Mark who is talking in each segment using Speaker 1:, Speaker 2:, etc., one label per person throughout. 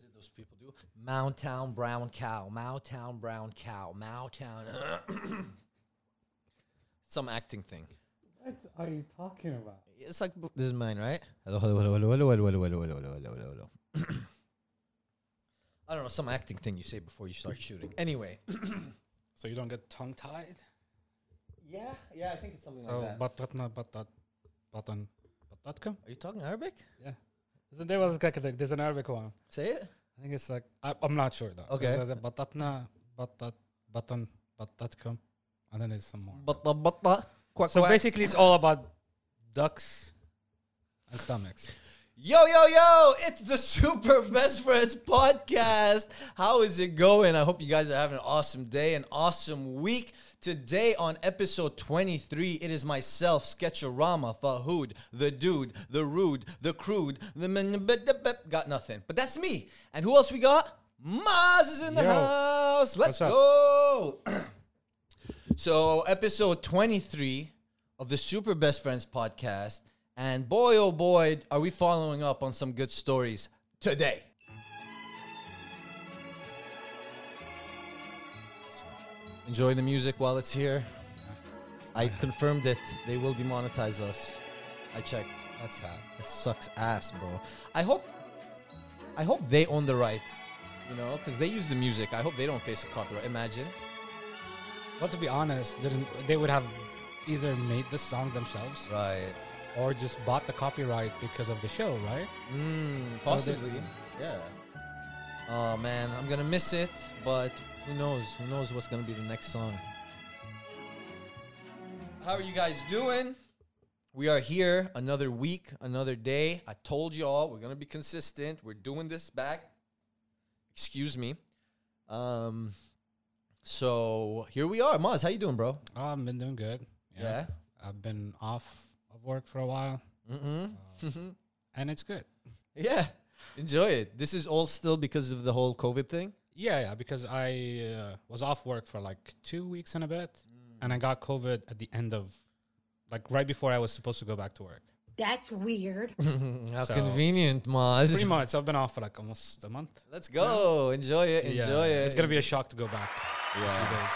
Speaker 1: did those people do? Mountown Brown Cow, Mountown Brown Cow, Mountown. Some acting thing.
Speaker 2: What are you talking about?
Speaker 1: It's like this is mine, right? Hello, hello, hello, hello, hello, hello, hello, hello, hello, hello, hello, hello. I don't know some acting thing you say before you start shooting. Anyway.
Speaker 2: So you don't get tongue tied?
Speaker 1: Yeah, yeah, I think it's something
Speaker 2: So batatna batat batan batatka?
Speaker 1: Are you talking Arabic?
Speaker 2: Yeah. So there was like a, there's an Arabic one.
Speaker 1: Say it.
Speaker 2: I think it's like I, I'm not sure though.
Speaker 1: Okay.
Speaker 2: It says that batatna batat batan batatka, and then there's some more.
Speaker 1: Batta batta. Quack,
Speaker 2: so
Speaker 1: quack.
Speaker 2: basically, it's all about ducks and stomachs.
Speaker 1: Yo, yo, yo, it's the Super Best Friends podcast. How is it going? I hope you guys are having an awesome day, an awesome week. Today on episode 23, it is myself, Sketcherama, Fahood, the dude, the rude, the crude, the men, got nothing. But that's me. And who else we got? Maz is in the
Speaker 2: Yo,
Speaker 1: house. Let's
Speaker 2: what's up?
Speaker 1: go. So, episode 23 of the Super Best Friends podcast. And boy, oh boy, are we following up on some good stories today. Enjoy the music while it's here. I confirmed it. They will demonetize us. I checked.
Speaker 2: That's sad.
Speaker 1: It sucks ass, bro. I hope I hope they own the rights, you know, because they use the music. I hope they don't face a copyright. Imagine.
Speaker 2: But to be honest, didn't they would have either made the song themselves
Speaker 1: Right.
Speaker 2: or just bought the copyright because of the show, right?
Speaker 1: Mm,
Speaker 2: So they-
Speaker 1: possibly. yeah. Oh man, I'm gonna miss it, but who knows? Who knows what's gonna be the next song? How are you guys doing? We are here another week, another day. I told y'all we're gonna be consistent. We're doing this back. Excuse me. Um. So here we are, Maz. How you doing, bro?
Speaker 2: Oh, I've been doing good.
Speaker 1: Yeah.
Speaker 2: I've been off of work for a while,
Speaker 1: Mm-hmm.
Speaker 2: and it's good.
Speaker 1: yeah. Enjoy it. This is all still because of the whole COVID thing.
Speaker 2: Yeah, yeah, because I uh, was off work for like two weeks and a bit, and I got COVID at the end of, like, right before I was supposed to go back to work.
Speaker 3: That's weird.
Speaker 1: Mm-hmm. How
Speaker 2: So-
Speaker 1: convenient,
Speaker 2: Pretty
Speaker 1: Maz.
Speaker 2: much, I've been off for like almost a month.
Speaker 1: Let's go. Enjoy it. Enjoy it.
Speaker 2: It's gonna be a shock to go back. A few
Speaker 1: yeah.
Speaker 2: days.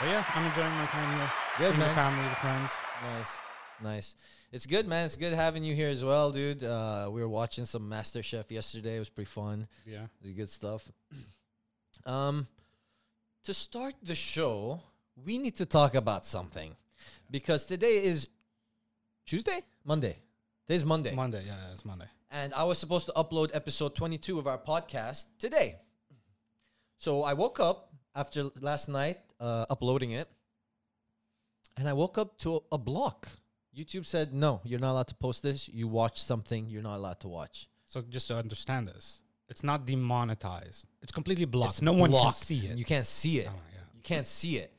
Speaker 2: But yeah, I'm enjoying my time here.
Speaker 1: Good,
Speaker 2: Seeing
Speaker 1: man.
Speaker 2: the family, the friends.
Speaker 1: nice. Nice. It's good, man. It's good having you here as well, dude. Uh, we were watching some Master Chef yesterday. It was pretty fun.
Speaker 2: Yeah.
Speaker 1: It was good stuff. Um, to start the show, we need to talk about something because today is Tuesday, Monday. Today's Monday.
Speaker 2: Monday. Yeah, yeah, it's Monday.
Speaker 1: and I was supposed to upload episode 22 of our podcast today. So I woke up after l- last night uh, uploading it, and I woke up to a, a block. YouTube said, "No, you're not allowed to post this. You watch something you're not allowed to watch."
Speaker 2: So just to understand this, it's not demonetized. It's completely blocked. no one
Speaker 1: Blocked.
Speaker 2: can see it.
Speaker 1: You can't see it.
Speaker 2: Oh, yeah.
Speaker 1: You can't see it.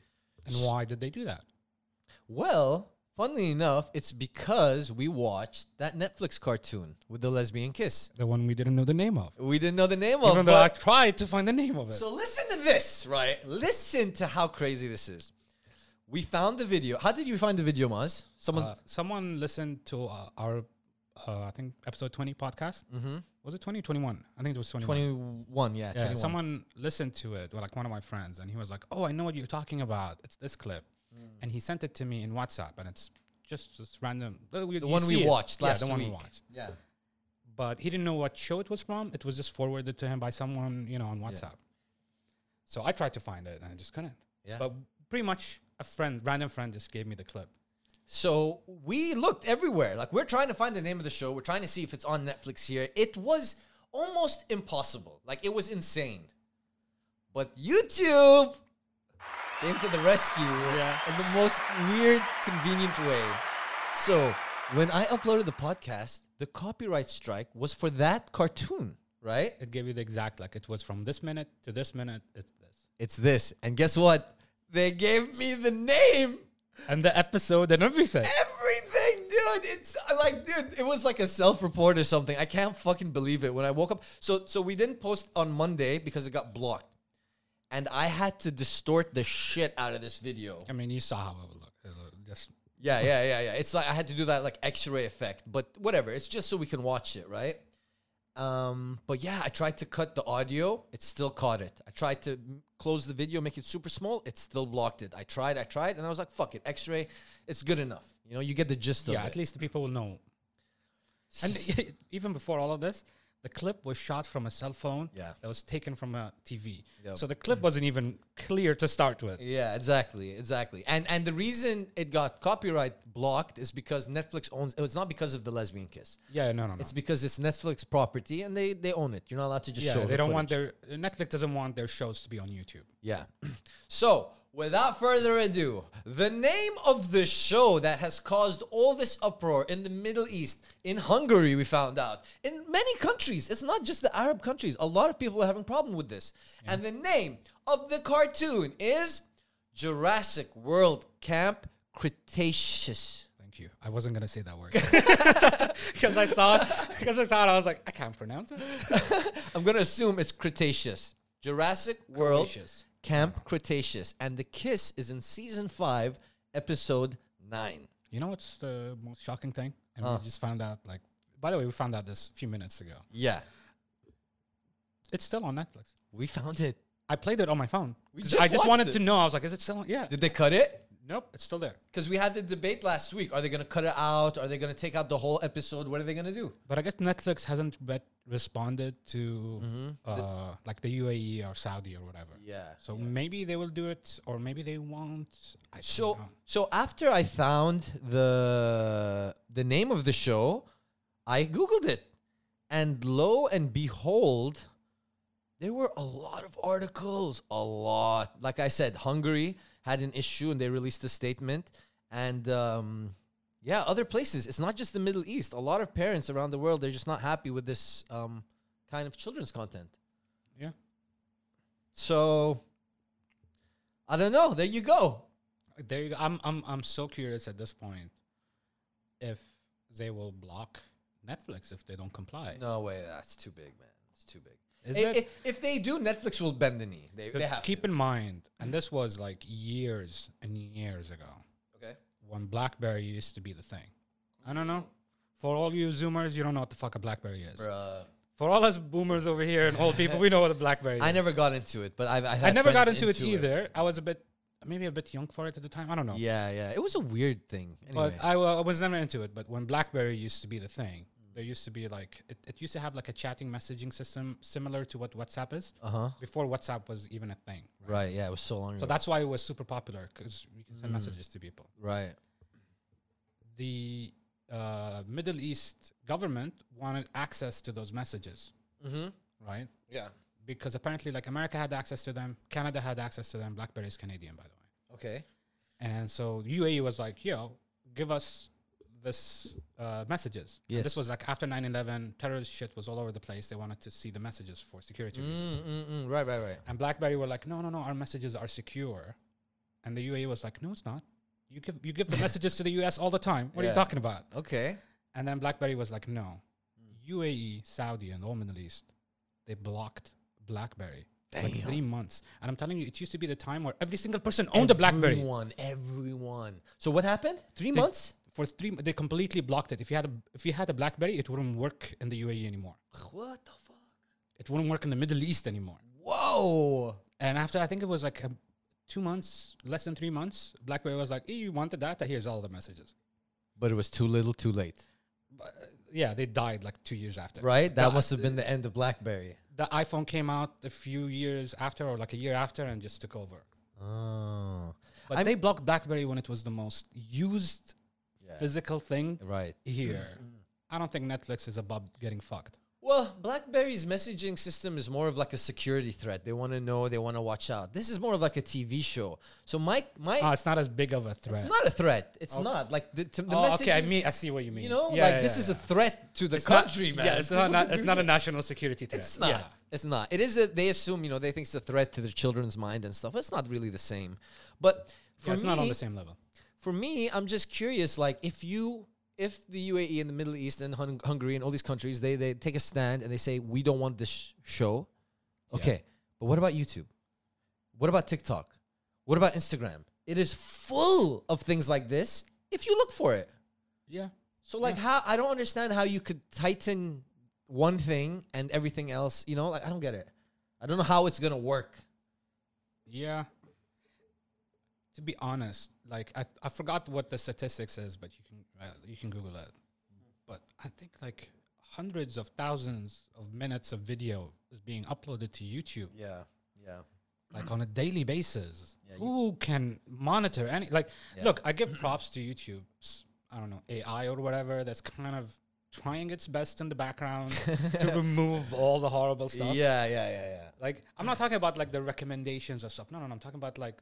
Speaker 2: And why did they do that?
Speaker 1: Well, funnily enough, it's because we watched that Netflix cartoon with the lesbian kiss.
Speaker 2: The one we didn't know the name of.
Speaker 1: We didn't know the name of
Speaker 2: Even
Speaker 1: but-
Speaker 2: though I tried to find the name of it.
Speaker 1: So listen to this, right? Listen to how crazy this is. We found the video. How did you find the video, Maz? Someone
Speaker 2: Uh, someone listened to uh, our, uh, I think, episode 20 podcast. Mm-hmm. Was it 20 21? I think it was 21.
Speaker 1: twenty one, yeah,
Speaker 2: Yeah,
Speaker 1: 21.
Speaker 2: someone listened to it, or like one of my friends, and he was like, "Oh, I know what you're talking about. It's this clip,"
Speaker 1: Mm.
Speaker 2: and he sent it to me in WhatsApp, and it's just this random uh, the
Speaker 1: the one we watched last
Speaker 2: yeah, the
Speaker 1: week.
Speaker 2: one we watched.
Speaker 1: Yeah,
Speaker 2: But he didn't know what show it was from. It was just forwarded to him by someone, you know, on WhatsApp. So I tried to find it, and I just couldn't.
Speaker 1: yeah.
Speaker 2: But pretty much a friend, random friend, just gave me the clip.
Speaker 1: so we looked everywhere. Like we're trying to find the name of the show. We're trying to see if it's on Netflix here. It was almost impossible. Like it was insane. But YouTube came to the rescue
Speaker 2: Yeah.
Speaker 1: in the most weird, convenient way. So when I uploaded the podcast, the copyright strike was for that cartoon, right?
Speaker 2: It gave you the exact like it was from this minute to this minute. It's this,
Speaker 1: It's this. And guess what? They gave me the name.
Speaker 2: and the episode and everything.
Speaker 1: Everything, dude. It's like, dude, it was like a self-report or something. I can't fucking believe it. When I woke up, so so we didn't post on Monday because it got blocked, and I had to distort the shit out of this video.
Speaker 2: I mean, you saw how it looked. It looked just
Speaker 1: Yeah, yeah, yeah, yeah. It's like I had to do that like X-ray effect, but whatever. It's just so we can watch it, right? Um, but yeah, I tried to cut the audio. It still caught it. I tried to m- close the video, make it super small. It still blocked it. I tried, I tried, and I was like, fuck it. X ray, it's good enough. You know, you get the gist
Speaker 2: yeah,
Speaker 1: of
Speaker 2: at
Speaker 1: it.
Speaker 2: least the people will know. And even before all of this, the clip was shot from a cell phone
Speaker 1: Yeah.
Speaker 2: that was taken from a TV.
Speaker 1: Yep. Mm.
Speaker 2: So the clip wasn't even clear to start with.
Speaker 1: Yeah, exactly, exactly. And and the reason it got copyright blocked is because Netflix owns. It's not because of the lesbian kiss.
Speaker 2: Yeah, no, no, no.
Speaker 1: It's because it's Netflix property and they they own it. You're not allowed to just
Speaker 2: yeah,
Speaker 1: show.
Speaker 2: they
Speaker 1: the
Speaker 2: don't
Speaker 1: footage.
Speaker 2: want their Netflix doesn't want their shows to be on YouTube.
Speaker 1: Yeah. So, without further ado, the name of the show that has caused all this uproar in the Middle East, in Hungary, we found out, in many countries. It's not just the Arab countries. A lot of people are having problem with this. And the name of the cartoon is Jurassic World Camp Cretaceous.
Speaker 2: Thank you. I wasn't gonna say that word because I saw it. Because I saw it, I was like, I can't pronounce it.
Speaker 1: I'm going to assume it's Cretaceous. Jurassic World
Speaker 2: Cretaceous.
Speaker 1: Camp Cretaceous. And the kiss is in season 5, episode 9.
Speaker 2: You know what's the most shocking thing? And
Speaker 1: Oh.
Speaker 2: we just found out. Like, by the way, we found out this a few minutes ago.
Speaker 1: Yeah.
Speaker 2: It's still on Netflix.
Speaker 1: We found it.
Speaker 2: I played it on my phone. 'Cause
Speaker 1: just
Speaker 2: I just
Speaker 1: watched
Speaker 2: wanted
Speaker 1: it.
Speaker 2: to know. I was like, is it still on? Yeah.
Speaker 1: Did they cut it?
Speaker 2: nope, it's still there.
Speaker 1: Because we had the debate last week. Are they going to cut it out? Are they going to take out the whole episode? What are they going to do?
Speaker 2: But I guess Netflix hasn't re- responded to uh, like the UAE or Saudi or whatever.
Speaker 1: Mm-hmm. Yeah,
Speaker 2: So maybe they will do it, or maybe they won't. I don't
Speaker 1: So,
Speaker 2: know.
Speaker 1: so after I found the the name of the show, I googled it, and lo and behold, there were a lot of articles. A lot. Like I said, Hungary had an issue, and they released a statement, and. Um, yeah, other places. It's not just the Middle East. A lot of parents around the world, they're just not happy with this um, kind of children's content.
Speaker 2: yeah.
Speaker 1: So I don't know. There you go.
Speaker 2: There you go. I'm I'm I'm so curious at this point if they will block Netflix if they don't comply.
Speaker 1: No way. That's too big, man. It's too big.
Speaker 2: Is
Speaker 1: I-
Speaker 2: that-
Speaker 1: if, if they do, Netflix will bend the knee. They, they
Speaker 2: But
Speaker 1: have
Speaker 2: keep
Speaker 1: to.
Speaker 2: in mind, and this was like years and years ago
Speaker 1: Okay.
Speaker 2: when BlackBerry used to be the thing. I don't know. For all you Zoomers, you don't know what the fuck a BlackBerry is.
Speaker 1: Bruh.
Speaker 2: For all us boomers over here and old people, we know what a BlackBerry
Speaker 1: I
Speaker 2: is.
Speaker 1: never got into it, but I've, I,
Speaker 2: I
Speaker 1: had
Speaker 2: never got
Speaker 1: friends
Speaker 2: into it either. I was a bit, maybe a bit young for it at the time. I don't know.
Speaker 1: Yeah, yeah. It was a weird thing. Anyway.
Speaker 2: But I, wa- I was never into it. But when BlackBerry used to be the thing, there used to be like it, it used to have like a chatting messaging system similar to what WhatsApp is
Speaker 1: Uh huh.
Speaker 2: before WhatsApp was even a thing. Right?
Speaker 1: Right. Yeah. It was so long ago.
Speaker 2: So that's why it was super popular because you can
Speaker 1: Mm.
Speaker 2: send messages to people.
Speaker 1: right.
Speaker 2: The uh, Middle East government wanted access to those messages,
Speaker 1: Mm-hmm.
Speaker 2: right?
Speaker 1: Yeah.
Speaker 2: Because apparently, like America had access to them, Canada had access to them. BlackBerry is Canadian, by the way.
Speaker 1: Okay.
Speaker 2: And so UAE was like, yo, give us this uh, messages. And
Speaker 1: Yes.
Speaker 2: this was like after 9-11, terrorist shit was all over the place. They wanted to see the messages for security
Speaker 1: Mm.
Speaker 2: reasons.
Speaker 1: Mm-mm-mm. Right. Right. Right.
Speaker 2: And BlackBerry were like, no, no, no, our messages are secure. And the UAE was like, no, it's not. You give, you give the messages to the US all the time. What are
Speaker 1: Yeah.
Speaker 2: you talking about?
Speaker 1: Okay.
Speaker 2: And then BlackBerry was like, no.
Speaker 1: Hmm.
Speaker 2: UAE, Saudi, and all Middle East, they blocked BlackBerry. for Like
Speaker 1: Damn.
Speaker 2: three months. And I'm telling you, it used to be the time where every single person owned a BlackBerry.
Speaker 1: Everyone. Everyone. So what happened? Three
Speaker 2: They-
Speaker 1: months.
Speaker 2: for three they completely blocked it if you had a if you had a blackberry it wouldn't work in the uae anymore
Speaker 1: What the fuck?
Speaker 2: it wouldn't work in the middle east anymore
Speaker 1: Whoa.
Speaker 2: and after i think it was like um two months less than three months blackberry was like hey, you wanted data here's all the messages
Speaker 1: But it was too little, too late.
Speaker 2: yeah they died like two years after
Speaker 1: Right. That
Speaker 2: The-
Speaker 1: must have been the end of BlackBerry.
Speaker 2: the iphone came out a few years after or like a year after and just took over
Speaker 1: Oh.
Speaker 2: but they blocked blackberry when it was the most used physical thing
Speaker 1: Right.
Speaker 2: here
Speaker 1: Mm-hmm.
Speaker 2: i don't think netflix is above getting fucked
Speaker 1: Well, BlackBerry's messaging system is more of like a security threat. They want to know, they want to watch out. This is more of like a TV show. So my my
Speaker 2: Ah, it's not as big of a threat
Speaker 1: it's not a threat. It's not like the, to, the
Speaker 2: oh,
Speaker 1: message.
Speaker 2: okay, I mean, I see what you mean.
Speaker 1: you know,
Speaker 2: Yeah,
Speaker 1: like
Speaker 2: yeah,
Speaker 1: this is a
Speaker 2: yeah.
Speaker 1: threat to the
Speaker 2: It's not-
Speaker 1: country, man.
Speaker 2: Yeah, it's not, not- it's not a national security threat.
Speaker 1: It's not.
Speaker 2: Yeah.
Speaker 1: It's not. It is that they assume, you know, they think it's a threat to their children's mind and stuff. It's not really the same. But for
Speaker 2: Yeah, it's
Speaker 1: me,
Speaker 2: not on the same level.
Speaker 1: for me, I'm just curious. Like, if you, if the UAE and the Middle East and Hun- Hungary and all these countries, they they take a stand and they say we don't want this sh- show. Okay, but what about YouTube? What about TikTok? What about Instagram? It is full of things like this if you look for it.
Speaker 2: Yeah.
Speaker 1: So, like, how I don't understand how you could tighten one thing and everything else. You know, like I don't get it. I don't know how it's gonna work.
Speaker 2: Yeah. To be honest, like I, I forgot what the statistics is, but you can uh, you can Google it. But I think like hundreds of thousands of minutes of video is being uploaded to YouTube
Speaker 1: Yeah, yeah,
Speaker 2: like on a daily basis.
Speaker 1: Yeah, you-
Speaker 2: Who can monitor any? Like,
Speaker 1: Yeah.
Speaker 2: look, I give props to YouTube's I don't know AI or whatever that's kind of trying its best in the background to remove all the horrible stuff.
Speaker 1: yeah, yeah, yeah, yeah.
Speaker 2: Like, I'm not talking about like the recommendations or stuff. No, no, no. I'm talking about like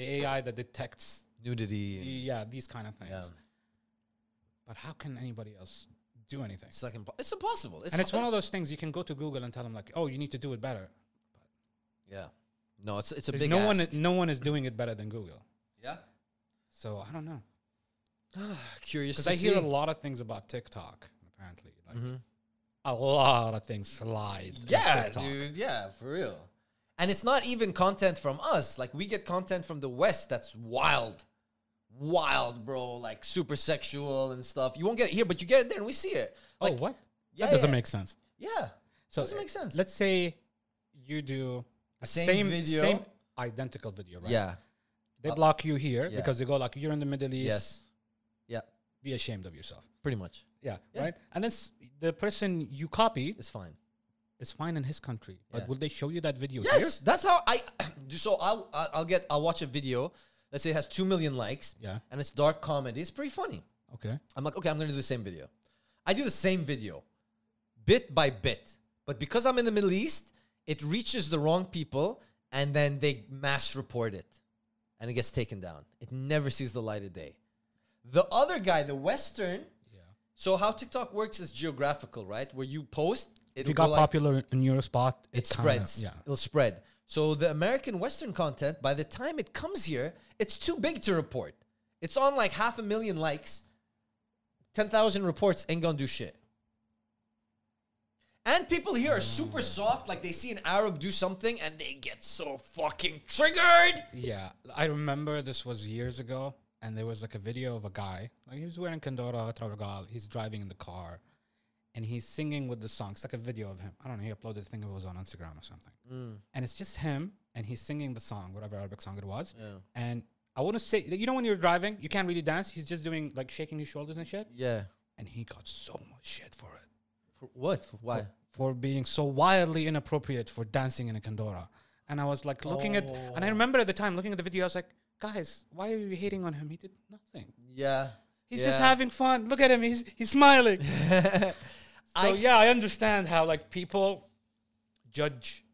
Speaker 2: the AI that detects,
Speaker 1: Nudity. and-
Speaker 2: yeah, these kind of things.
Speaker 1: Yeah.
Speaker 2: But how can anybody else do anything?
Speaker 1: It's like impo- it's impossible. It's
Speaker 2: and it's
Speaker 1: ho-
Speaker 2: one of those things you can go to Google and tell them like, oh, you need to do it better.
Speaker 1: yeah. No, it's it's a
Speaker 2: There's
Speaker 1: big
Speaker 2: no
Speaker 1: ask.
Speaker 2: one, no one is doing it better than Google.
Speaker 1: yeah.
Speaker 2: So I don't know.
Speaker 1: Curious
Speaker 2: Because
Speaker 1: to
Speaker 2: I hear
Speaker 1: see. Mm-hmm.
Speaker 2: a lot of things about TikTok, apparently. Like a lot of things slide. in
Speaker 1: Yeah,
Speaker 2: TikTok.
Speaker 1: dude. Yeah, for real. And it's not even content from us. Like we get content from the West that's wild. Wild, bro. Like super sexual and stuff. You won't get it here, but you get it there and we see it.
Speaker 2: Oh,
Speaker 1: Like,
Speaker 2: what?
Speaker 1: Yeah,
Speaker 2: that doesn't
Speaker 1: yeah.
Speaker 2: make sense.
Speaker 1: Yeah.
Speaker 2: So
Speaker 1: Doesn't
Speaker 2: uh,
Speaker 1: make sense.
Speaker 2: Let's say you do a
Speaker 1: Same
Speaker 2: same,
Speaker 1: video.
Speaker 2: same identical video, right?
Speaker 1: Yeah. Uh,
Speaker 2: They block you here
Speaker 1: yeah.
Speaker 2: because they go like, "You're in the Middle East.
Speaker 1: Yes. Yeah.
Speaker 2: Be ashamed of yourself."
Speaker 1: Pretty much.
Speaker 2: Yeah,
Speaker 1: Yeah.
Speaker 2: right. And then s- the person you copy
Speaker 1: It's fine.
Speaker 2: is fine in his country, but
Speaker 1: Yeah.
Speaker 2: will they show you that video here?
Speaker 1: Yes, that's how I. So I'll I'll I'll get I'll watch a video. Let's say it has two million likes.
Speaker 2: Yeah.
Speaker 1: And it's dark comedy. It's pretty funny.
Speaker 2: Okay.
Speaker 1: I'm like, okay, I'm gonna do the same video. I do the same video, bit by bit. But because I'm in the Middle East, it reaches the wrong people, and then they mass report it, and it gets taken down. It never sees the light of day. The other guy, the Western.
Speaker 2: Yeah.
Speaker 1: So how TikTok works is geographical, right? Where you post,
Speaker 2: If
Speaker 1: it'll
Speaker 2: you got
Speaker 1: go like-
Speaker 2: popular in your spot, it,
Speaker 1: it
Speaker 2: kinda-
Speaker 1: spreads.
Speaker 2: Yeah.
Speaker 1: It'll spread. So the American Western content, by the time it comes here, it's too big to report. It's on like half a million likes. 10,000 reports ain't gonna do shit. And people here are super soft. Like they see an Arab do something and they get so fucking triggered.
Speaker 2: Yeah, I remember this was years ago, and there was like a video of a guy, like he was wearing Kandora Travegal, he's driving in the car, and he's singing with the song. It's like a video of him. I don't know, he uploaded, I think it was on Instagram or something. And it's just him, and he's singing the song, whatever Arabic song it was. And I want to say, you know, when you're driving, you can't really dance. He's just doing like shaking his shoulders and shit.
Speaker 1: Yeah.
Speaker 2: And he got so much shit for it
Speaker 1: For what? For why?
Speaker 2: for being so wildly inappropriate for dancing in a kandora. And I was like looking at,
Speaker 1: Oh.
Speaker 2: and I remember at the time looking at the video, I was like, guys, why are you hating on him? He did nothing.
Speaker 1: yeah.
Speaker 2: He's just
Speaker 1: Yeah.
Speaker 2: having fun. Look at him. He's he's smiling.
Speaker 1: I-
Speaker 2: so yeah, I understand how like people judge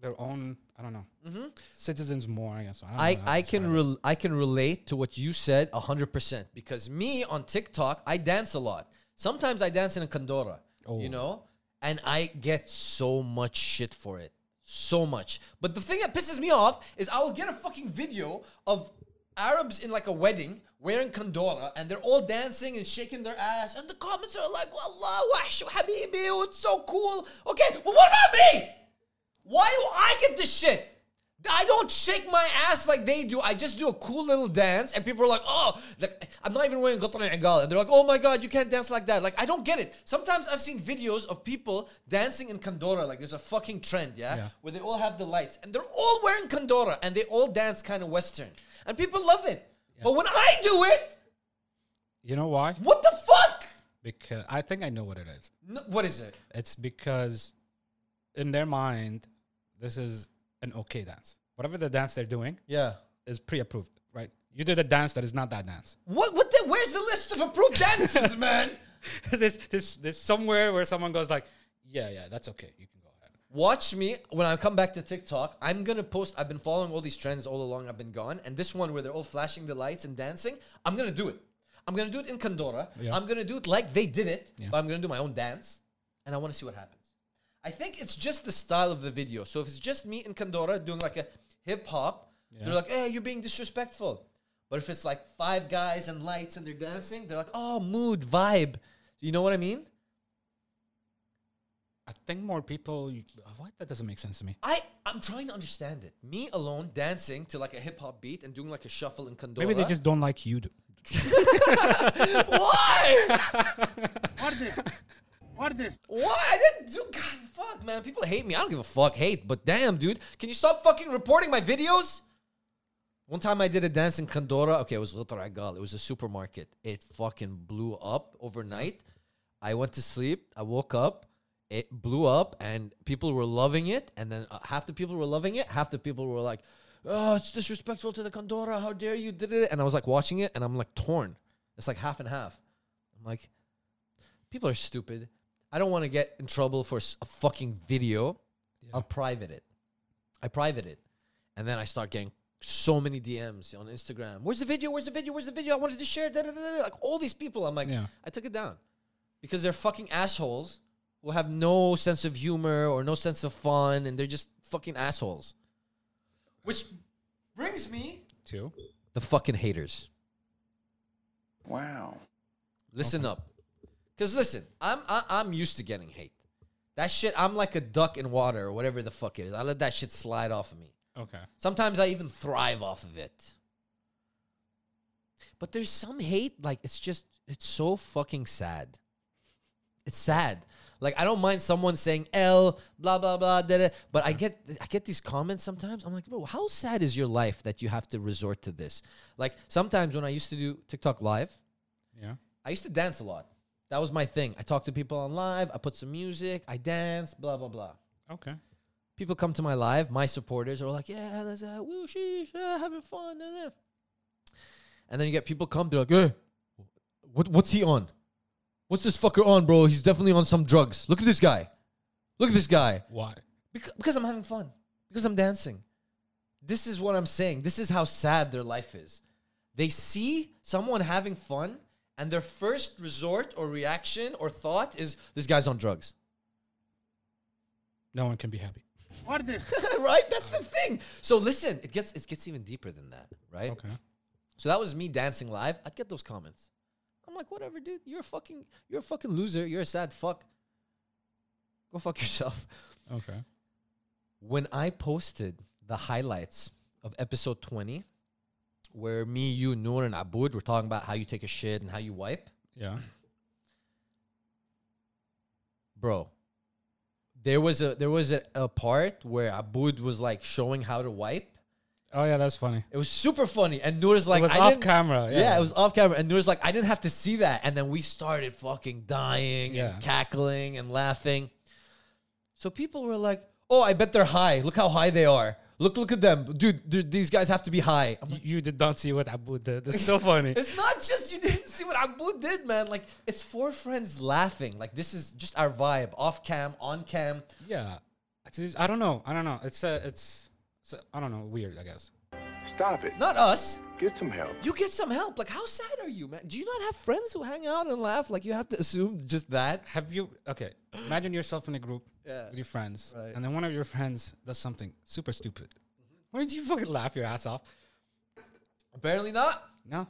Speaker 2: their own. I don't know citizens more. I guess I don't
Speaker 1: Mm-hmm. I,
Speaker 2: know how
Speaker 1: I
Speaker 2: to
Speaker 1: can
Speaker 2: describe it.
Speaker 1: rel- I can relate to what you said 100% because me on TikTok I dance a lot. Sometimes I dance in a kandora, you
Speaker 2: Oh.
Speaker 1: know? And I get so much shit for it. So much. But the thing that pisses me off is I will get a fucking video of Arabs in like a wedding wearing kandora and they're all dancing and shaking their ass and the comments are like, "Wallah, wahshu habibi, oh, it's so cool." Okay, well, what about me? Why do I get this shit? I don't shake my ass like they do. I just do a cool little dance, and people are like, "Oh, like I'm not even wearing qatr and igal," and they're like, "Oh my god, you can't dance like that." Like I don't get it. Sometimes I've seen videos of people dancing in kandora. Like there's a fucking trend, yeah,
Speaker 2: Yeah.
Speaker 1: where they all have the lights, and they're all wearing kandora, and they all dance kind of Western, and people love it. But when I do it,
Speaker 2: You know why?
Speaker 1: what the fuck?
Speaker 2: Because I think I know what it is.
Speaker 1: No, what is it?
Speaker 2: It's because in their mind, this is an okay dance. Whatever the dance they're doing
Speaker 1: Yeah.
Speaker 2: is pre-approved, right? You did a dance that is not that dance.
Speaker 1: What? What? The, where's the list of approved dances, man?
Speaker 2: this, this, this somewhere where someone goes like, "Yeah, yeah, that's okay. You can go ahead."
Speaker 1: Watch me when I come back to TikTok. I'm gonna post. I've been following all these trends all along. I've been gone, and this one where they're all flashing the lights and dancing. I'm gonna do it. I'm gonna do it in Kandora.
Speaker 2: Yeah.
Speaker 1: I'm gonna do it like they did it,
Speaker 2: Yeah.
Speaker 1: but I'm gonna do my own dance, and I want to see what happens. I think it's just the style of the video. So if it's just me and Kandora doing like a hip hop, they're
Speaker 2: Yeah.
Speaker 1: like, "Hey, you're being disrespectful." But if it's like five guys and lights and they're dancing, they're like, "Oh, mood, vibe." You know what I mean?
Speaker 2: I think more people. What? That doesn't make sense to me.
Speaker 1: I I'm trying to understand it. Me alone dancing to like a hip hop beat and doing like a shuffle in Kandora.
Speaker 2: Maybe they just don't like you.
Speaker 1: why?
Speaker 3: What this?
Speaker 1: What? I didn't do. God, fuck, man. People hate me. I don't give a fuck. Hate, but damn, dude. Can you stop fucking reporting my videos? One time I did a dance in Condora. Okay, it was Little Regal. It was a supermarket. It fucking blew up overnight. I went to sleep. I woke up. It blew up, and people were loving it. And then uh, half the people were loving it. Half the people were like, "Oh, it's disrespectful to the Condora. How dare you?" Did it? And I was like watching it, and I'm like torn. It's like half and half. I'm like, people are stupid. I don't want to get in trouble for s- a fucking video. I'll private it. I private it. And then I start getting so many DMs on Instagram. Where's the video? Where's the video? Where's the video? I wanted to share. Da, da, da, da. Like all these people. I'm like,
Speaker 2: Yeah.
Speaker 1: I took it down because they're fucking assholes who have no sense of humor or no sense of fun and they're just fucking assholes. Which brings me
Speaker 2: Two.
Speaker 1: the fucking haters.
Speaker 3: Wow.
Speaker 1: Listen up. Cause listen, I'm I, I'm used to getting hate. That shit, I'm like a duck in water or whatever the fuck it is. I let that shit slide off of me.
Speaker 2: Okay.
Speaker 1: Sometimes I even thrive off of it. But there's some hate, like it's just it's so fucking sad. It's sad. Like I don't mind someone saying L blah blah blah da, da, but I get I get these comments sometimes. I'm like, bro, how sad is your life that you have to resort to this? Like sometimes when I used to do TikTok live,
Speaker 2: Yeah.
Speaker 1: I used to dance a lot. That was my thing. I talked to people on live. I put some music. I danced. Blah blah blah.
Speaker 2: Okay.
Speaker 1: People come to my live. My supporters are like, "Yeah, let's uh, woo, sheesh, uh, having fun." da, da." And then you get people come. They're like, "Hey, what, what's he on? What's this fucker on, bro? He's definitely on some drugs. Look at this guy. Look at this guy."
Speaker 2: Why?
Speaker 1: Because, because I'm having fun. Because I'm dancing. This is what I'm saying. This is how sad their life is. They see someone having fun, and their first resort or reaction or thought is, this guy's on drugs.
Speaker 2: No one can be happy.
Speaker 3: What this?
Speaker 1: right? That's the thing. So listen, it gets it gets even deeper than that, right?
Speaker 2: Okay.
Speaker 1: So that was me dancing live. I'd get those comments. I'm like, whatever, dude. You're a fucking you're a fucking loser. You're a sad fuck. Go fuck yourself.
Speaker 2: Okay.
Speaker 1: when I posted the highlights of episode 20, where me, you, Noor, and Abud were talking about how you take a shit and how you wipe,
Speaker 2: Yeah.
Speaker 1: bro, there was a there was a, a part where Abud was like showing how to wipe.
Speaker 2: Oh yeah, that's funny.
Speaker 1: It was super funny, and Noor's like,
Speaker 2: it was
Speaker 1: I
Speaker 2: off
Speaker 1: didn't-
Speaker 2: camera. Yeah.
Speaker 1: Yeah. it was off camera, and Noor's like, I didn't have to see that, and then we started fucking dying
Speaker 2: Yeah.
Speaker 1: and cackling and laughing. So people were like, "Oh, I bet they're high. Look how high they are. Look, look at them, dude. dude these guys have to be high." I'm
Speaker 2: You, you did not see what Abu did. That's so funny.
Speaker 1: It's not just you didn't see what Abu did, man. Like it's four friends laughing. Like this is just our vibe, off cam, on cam.
Speaker 2: yeah. It's just- I don't know. I don't know. It's a. It's. it's a, I don't know. Weird. I guess.
Speaker 4: Stop it.
Speaker 1: Not us.
Speaker 4: Get some help.
Speaker 1: You get some help. Like how sad are you, man? Do you not have friends who hang out and laugh? Like you have to assume just that.
Speaker 2: Have you? Okay. Imagine yourself in a group
Speaker 1: Yeah.
Speaker 2: with your friends,
Speaker 1: Right. Mm-hmm.
Speaker 2: and then one of your friends does something super stupid. Why did you fucking laugh your ass off?
Speaker 1: Apparently not.
Speaker 2: No.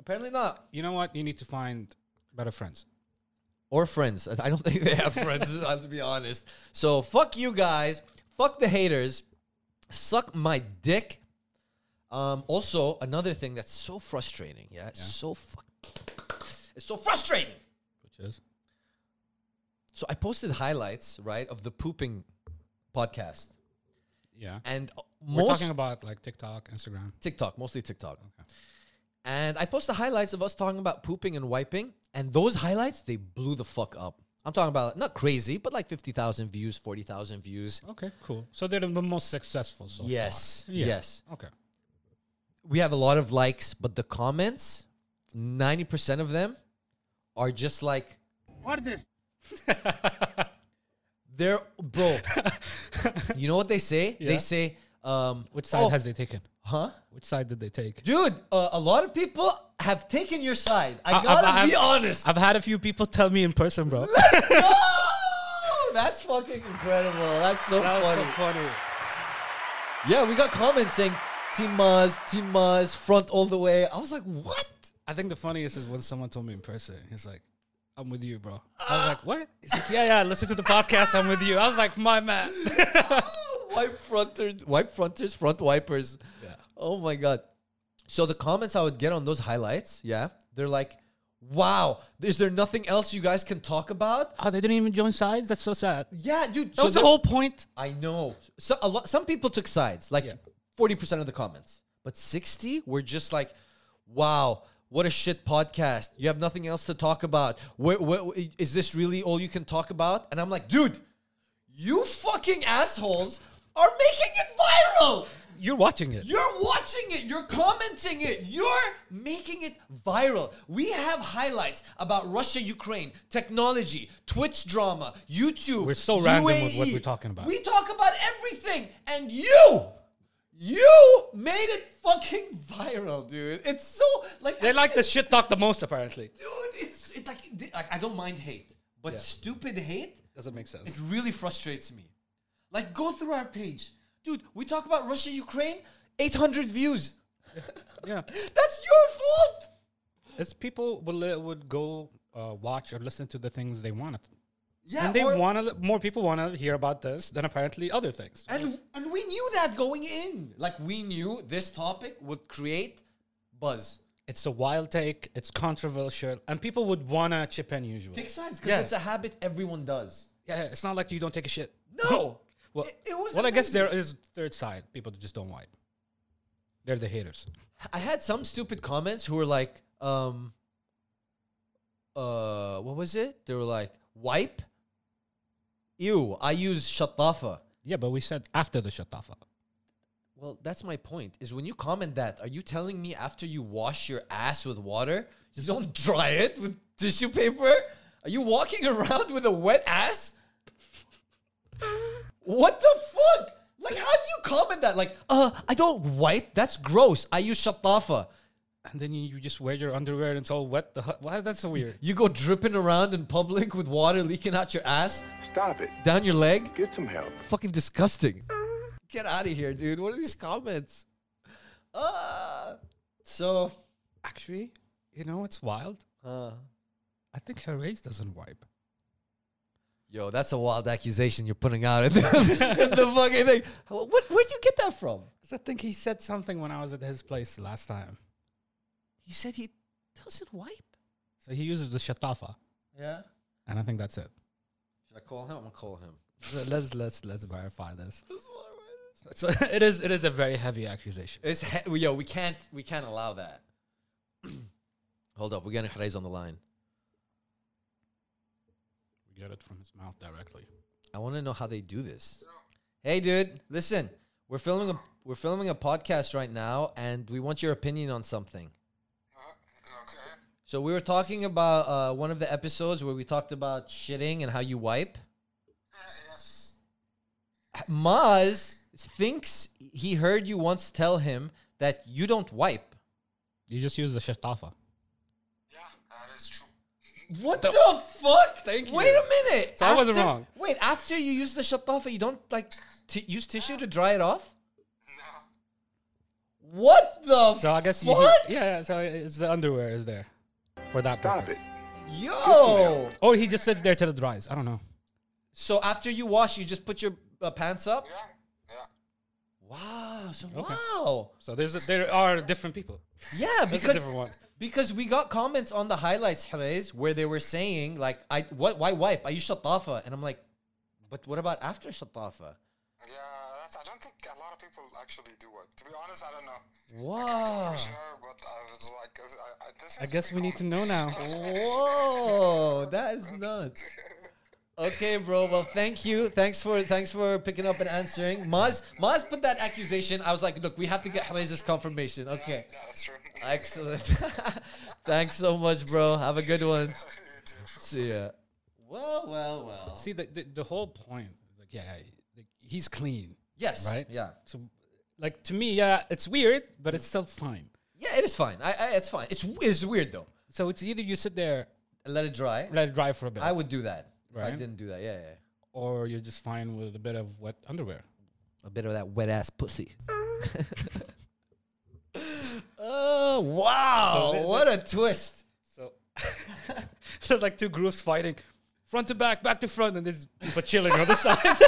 Speaker 1: Apparently not.
Speaker 2: You know what? You need to find better friends.
Speaker 1: Or friends. I don't think they have friends. I have to be honest. So fuck you guys. Fuck the haters. Suck my dick. Um, also, another thing that's so frustrating. Yeah, It's so fuck. It's so frustrating.
Speaker 2: Which is.
Speaker 1: So I posted highlights, right, of the pooping podcast.
Speaker 2: Yeah.
Speaker 1: And
Speaker 2: We're
Speaker 1: most
Speaker 2: talking about like TikTok, Instagram.
Speaker 1: TikTok, mostly TikTok.
Speaker 2: Okay.
Speaker 1: And I posted highlights of us talking about pooping and wiping. And those highlights, they blew the fuck up. I'm talking about not crazy, but like 50,000 views, 40,000 views.
Speaker 2: Okay, cool. So they're the most successful so far.
Speaker 1: Yes,
Speaker 2: Oh, Yeah.
Speaker 1: yes.
Speaker 2: Okay.
Speaker 1: We have a lot of likes, but the comments, 90% of them are just like,
Speaker 3: What this?
Speaker 1: they're, bro. you know what they say? They
Speaker 2: Yeah.
Speaker 1: say, um,
Speaker 2: Which side
Speaker 1: oh,
Speaker 2: has they taken?
Speaker 1: huh?
Speaker 2: Which side did they take?
Speaker 1: Dude, uh, a lot of people have taken your side. I
Speaker 2: I- I've-
Speaker 1: gotta
Speaker 2: I've-
Speaker 1: be honest.
Speaker 2: I've had a few people tell me in person, bro.
Speaker 1: Oh, that's fucking incredible. That's so funny.
Speaker 2: funny.
Speaker 1: yeah, we got comments saying Team Maz, Team Maz, front all the way. I was like, what?
Speaker 2: I think the funniest is when someone told me in person. He's like, "I'm with you, bro." I was like, "What?" He's like, "Yeah, yeah. Listen to the podcast. I'm with you." I was like, "My man."
Speaker 1: wipe fronters, wipe fronters, front wipers.
Speaker 2: Yeah.
Speaker 1: Oh my god. So the comments I would get on those highlights, yeah, they're like, Wow. Is there nothing else you guys can talk about?
Speaker 2: Oh, they didn't even join sides. That's so sad. That
Speaker 1: Yeah, dude.
Speaker 2: was the
Speaker 1: there-
Speaker 2: whole point.
Speaker 1: I know. So a lot, some people took sides, like
Speaker 2: Yeah.
Speaker 1: forty percent of the comments, but sixty were just like, "Wow, what a shit podcast! You have nothing else to talk about. Where, where, is this really all you can talk about?" And I'm like, "Dude, you fucking assholes are making it viral.
Speaker 2: You're watching it.
Speaker 1: You're watching it. You're commenting it. You're making it viral. We have highlights about Russia, Ukraine, technology, Twitch drama, YouTube.
Speaker 2: We're so random with what
Speaker 1: UAE.
Speaker 2: we're talking about.
Speaker 1: We talk about everything, and you, you made it fucking viral, dude. It's so like
Speaker 2: They like the shit talk the most, apparently.
Speaker 1: dude. It's it, like, it- like I don't mind hate, but
Speaker 2: Yeah.
Speaker 1: stupid hate
Speaker 2: Doesn't make sense.
Speaker 1: it really frustrates me. Like, go through our page. Dude, we talk about Russia, Ukraine, 800 views.
Speaker 2: Yeah.
Speaker 1: That's your fault.
Speaker 2: It's people would, li- would go uh, watch or listen to the things they wanted.
Speaker 1: Yeah,
Speaker 2: and they
Speaker 1: or-
Speaker 2: want to, more people want to hear about this than apparently other things.
Speaker 1: And, and we knew that going in. Like, we knew this topic would create buzz.
Speaker 2: It's a wild take, it's controversial, and people would want to chip in usually.
Speaker 1: Take sides, because
Speaker 2: Yeah.
Speaker 1: it's a habit everyone does.
Speaker 2: Yeah, it's not like you don't take a shit. Oh,
Speaker 1: No.
Speaker 2: well,
Speaker 1: It- it was
Speaker 2: well I guess
Speaker 1: amazing.
Speaker 2: there is third side. People that just don't wipe. They're the haters.
Speaker 1: I had some stupid comments who were like, um, uh, what was it? They were like, wipe? Ew, I use shatafa.
Speaker 2: Yeah, but we said after the shatafa.
Speaker 1: Well, that's my point. Is when you comment that, are you telling me after you wash your ass with water, you don't dry it with tissue paper? Are you walking around with a wet ass? What the fuck? Like, how do you comment that? Like, uh, I don't wipe. That's gross. I use shatafa.
Speaker 2: And then you, you just wear your underwear and it's all wet. The hu- why that's so weird.
Speaker 1: You go dripping around in public with water leaking out your ass,
Speaker 3: Stop it.
Speaker 1: down your leg.
Speaker 3: Get some help.
Speaker 1: Fucking disgusting. Get out of here, dude. What are these comments? Ah. so,
Speaker 2: Actually, you know what's wild?
Speaker 1: uh,
Speaker 2: I think her race doesn't wipe.
Speaker 1: Yo, that's a wild accusation you're putting out. At the, at the fucking thing. What, where'd you get that from?
Speaker 2: Because I think he said something when I was at his place last time.
Speaker 1: He said he doesn't wipe.
Speaker 2: So he uses the shatafa.
Speaker 1: Yeah.
Speaker 2: And I think that's it.
Speaker 1: Should I call him? I'm gonna call him.
Speaker 2: So let's let's let's verify this. So it is it is a very heavy accusation.
Speaker 1: It's he- yo, we can't we can't allow that. Hold up, we're getting Jerez on the line.
Speaker 2: We get it from his mouth directly.
Speaker 1: I want to know how they do this. Hey, dude, listen, we're filming a we're filming a podcast right now, and we want your opinion on something. So we were talking about uh, one of the episodes where we talked about shitting and how you wipe. Maz thinks he heard you once tell him that you don't wipe.
Speaker 2: You just use the shatafa.
Speaker 1: What the, fuck?
Speaker 2: Thank
Speaker 1: Wait
Speaker 2: you.
Speaker 1: a minute.
Speaker 2: So I wasn't
Speaker 1: After-
Speaker 2: wrong.
Speaker 1: Wait, after you use the shatafa, you don't like t- use tissue to dry it off? No. What the
Speaker 2: So I guess you
Speaker 1: What?
Speaker 2: He, yeah, yeah, so it's the underwear is there for that
Speaker 3: Stop
Speaker 2: purpose.
Speaker 3: it.
Speaker 1: Yo.
Speaker 2: Or he just sits there till it dries. I don't know.
Speaker 1: So after you wash, you just put your uh, pants up?
Speaker 4: Yeah, yeah.
Speaker 1: Wow. So
Speaker 2: Okay.
Speaker 1: wow.
Speaker 2: So there's a, there are different people.
Speaker 1: Yeah,
Speaker 2: That's a
Speaker 1: because
Speaker 2: different one.
Speaker 1: Because we got comments on the highlights, Jerez, where they were saying, like, I what why wipe? I use Shatafa. And I'm like, but what about after Shatafa?
Speaker 4: Yeah, that's, I don't think a lot of people actually do it. To be honest, I don't know.
Speaker 1: Wow.
Speaker 4: For sure, but I was like, I, I, this
Speaker 2: Ah. I
Speaker 4: is
Speaker 2: guess we need to know now.
Speaker 1: Whoa, that is nuts. Okay, bro. Well, thank you. Thanks for thanks for picking up and answering. Maz Maz put that accusation. I was like, look, we have to get Jerez's confirmation. Okay.
Speaker 4: Yeah, that's true.
Speaker 1: Excellent. thanks so much, bro. Have a good one.
Speaker 4: You do.
Speaker 1: See ya. Well, well, well.
Speaker 2: See the, the the whole point. Like yeah, like, he's clean.
Speaker 1: Yes.
Speaker 2: Right?
Speaker 1: Yeah.
Speaker 2: So like to me, yeah, it's weird, but it's still fine.
Speaker 1: Yeah, it is fine. I, I it's fine. It's it's weird though.
Speaker 2: So it's either you sit there,
Speaker 1: And let it dry.
Speaker 2: let it dry for a bit,
Speaker 1: I would do that. If I
Speaker 2: Right.
Speaker 1: didn't do that, yeah, yeah.
Speaker 2: or you're just fine with a bit of wet underwear.
Speaker 1: A bit of that wet ass pussy. oh wow!
Speaker 2: So the-
Speaker 1: what a twist.
Speaker 2: So there's like two groups fighting, front to back, back to front, and there's people chilling on the side,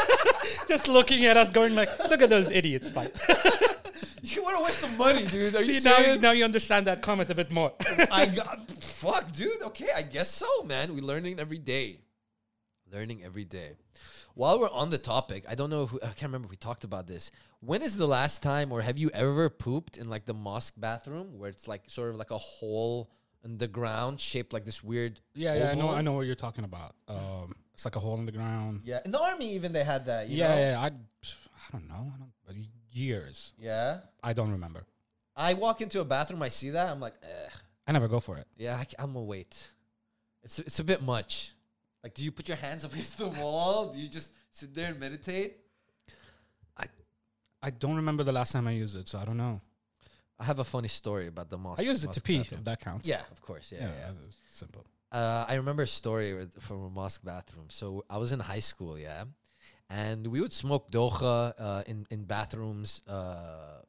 Speaker 2: just looking at us, going like, "Look at those idiots fight."
Speaker 1: you want to waste some money, dude. Are you
Speaker 2: See, now,
Speaker 1: serious?
Speaker 2: now you understand that comment a bit more.
Speaker 1: I got fuck, dude. Okay, I guess so, man. We're learning every day. Learning every day. While we're on the topic, I don't know if we, I can't remember if we talked about this. When is the last time, or have you ever pooped in like the mosque bathroom where it's like sort of like a hole in the ground shaped like this weird?
Speaker 2: yeah, yeah, I know,
Speaker 1: oval?
Speaker 2: I know what you're talking about. Um, it's like a hole in the ground.
Speaker 1: Yeah, in the army even they had that. You
Speaker 2: yeah,
Speaker 1: know?
Speaker 2: yeah, I, I don't know. I don't, years.
Speaker 1: yeah.
Speaker 2: I don't remember.
Speaker 1: I walk into a bathroom, I see that, I'm like, eh.
Speaker 2: I never go for it.
Speaker 1: Yeah, I, am gonna wait. It's it's a bit much. Like, do you put your hands up against the wall? Do you just sit there and meditate?
Speaker 2: I don't remember the last time I used it, so I don't know.
Speaker 1: I have a funny story about the mosque.
Speaker 2: I used it to
Speaker 1: mosque
Speaker 2: pee.
Speaker 1: bathroom.
Speaker 2: If that counts.
Speaker 1: Yeah, of course. Yeah,
Speaker 2: yeah,
Speaker 1: yeah.
Speaker 2: that is simple.
Speaker 1: Uh, I remember a story with- from a mosque bathroom. So I was in high school, yeah, and we would smoke doha uh, in in bathrooms uh,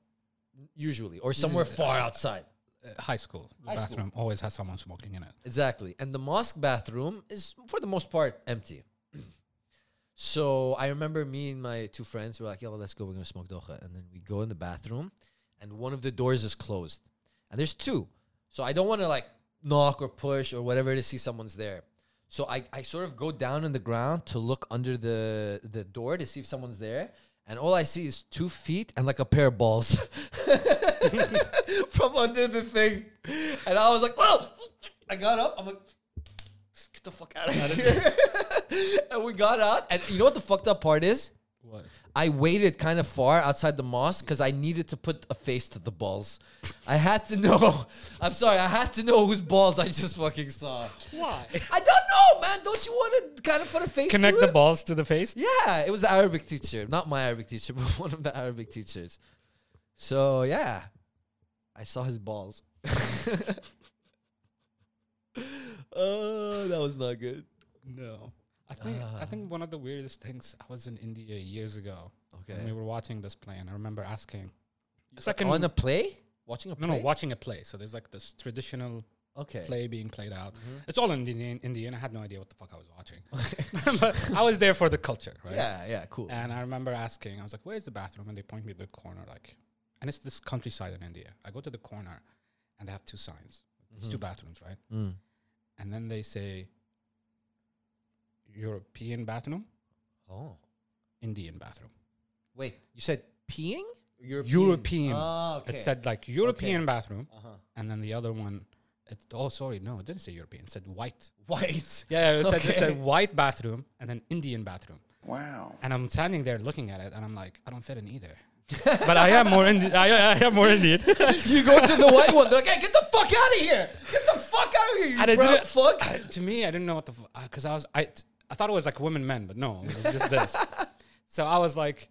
Speaker 1: usually, or somewhere far outside.
Speaker 2: Uh, high school the
Speaker 1: High school.
Speaker 2: bathroom always has someone smoking in it.
Speaker 1: Exactly. And the mosque bathroom is, for the most part, empty. so I remember me and my two friends were like, yo, let's go. We're going to smoke doha. And then we go in the bathroom, and one of the doors is closed. And there's two. So I don't want to like knock or push or whatever to see someone's there. So I, I sort of go down in the ground to look under the, the door to see if someone's there. And all I see is two feet and like a pair of balls from under the thing. And I was like, oh! I got up. I'm like, get the fuck out of here. and we got out. And you know what the fucked up part is?
Speaker 2: What?
Speaker 1: I waited kind of far outside the mosque because I needed to put a face to the balls. I had to know. I'm sorry. I had to know whose balls I just fucking saw.
Speaker 2: Why?
Speaker 1: I don't know, man. Don't you want to kind of put a face
Speaker 2: Connect
Speaker 1: to
Speaker 2: the
Speaker 1: it?
Speaker 2: balls to the face.
Speaker 1: Yeah, it was the Arabic teacher, not my Arabic teacher, but one of the Arabic teachers. So yeah, I saw his balls. oh, that was not good.
Speaker 2: No. I think I
Speaker 1: Uh.
Speaker 2: think one of the weirdest things I was in India years ago.
Speaker 1: Okay.
Speaker 2: And we were watching this play, and I remember asking. It's
Speaker 1: Like
Speaker 2: like an,
Speaker 1: on a play, watching a
Speaker 2: no,
Speaker 1: play.
Speaker 2: no, watching a play. So there's like this traditional
Speaker 1: okay.
Speaker 2: play being played out.
Speaker 1: Mm-hmm.
Speaker 2: It's all in Indian, Indian. I had no idea what the fuck I was watching, but I was there for the culture, right? Uh,
Speaker 1: Yeah, yeah, cool.
Speaker 2: And I remember asking, I was like, "Where's the bathroom?" And they point me to the corner, like, and it's this countryside in India. I go to the corner, and they have two signs. It's two bathrooms, right?
Speaker 1: Mm.
Speaker 2: And then they say, "European bathroom,
Speaker 1: Oh,
Speaker 2: Indian bathroom."
Speaker 1: wait, you said peeing? European.
Speaker 2: European.
Speaker 1: Ah, okay.
Speaker 2: It said like European
Speaker 1: Okay.
Speaker 2: bathroom,
Speaker 1: uh-huh.
Speaker 2: and then the other one. It, oh, sorry, no, it didn't say European. It said white.
Speaker 1: white.
Speaker 2: Yeah, it said, it
Speaker 1: Okay.
Speaker 2: said white bathroom and an Indian bathroom.
Speaker 4: Wow.
Speaker 2: And I'm standing there looking at it, and I'm like, I don't fit in either. but I am more Indian. I, I am more Indian.
Speaker 1: you go to the white one. They're like, "Hey, get the fuck out of here! Get the fuck out of here! You
Speaker 2: And I
Speaker 1: brown
Speaker 2: didn't-
Speaker 1: fuck!"
Speaker 2: to me, I didn't know what the because I was I I thought it was like women men, but no, it was just this. so I was like,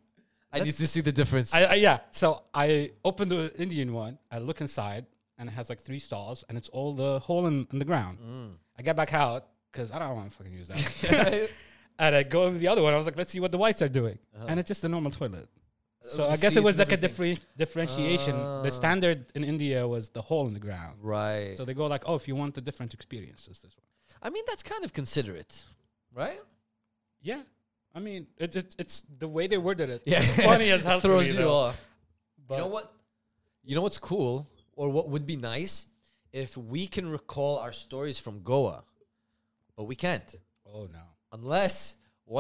Speaker 1: I need to see the difference.
Speaker 2: I, I yeah. So I opened the Indian one. I look inside, and it has like three stalls, and it's all the hole in, in the ground. I get back out because I don't want to fucking use that. and I go in the other one. I was like, let's see what the whites are doing,
Speaker 1: Uh-huh.
Speaker 2: and it's just a normal toilet.
Speaker 1: Uh,
Speaker 2: So I guess
Speaker 1: seats
Speaker 2: it was
Speaker 1: and
Speaker 2: like a
Speaker 1: everything. Ah.
Speaker 2: different differentiation. the standard in India was the hole in the ground.
Speaker 1: right.
Speaker 2: So they go like, oh, if you want the different experiences, this one.
Speaker 1: I mean, that's kind of considerate, right?
Speaker 2: Yeah. I mean, it's it's, it's the way they worded it.
Speaker 1: Yeah,
Speaker 2: It's funny as hell. to
Speaker 1: throws
Speaker 2: me,
Speaker 1: you
Speaker 2: though.
Speaker 1: off.
Speaker 2: But
Speaker 1: you know what? You know what's cool, or what would be nice, if we can recall our stories from Goa, but we can't
Speaker 2: Oh no.
Speaker 1: unless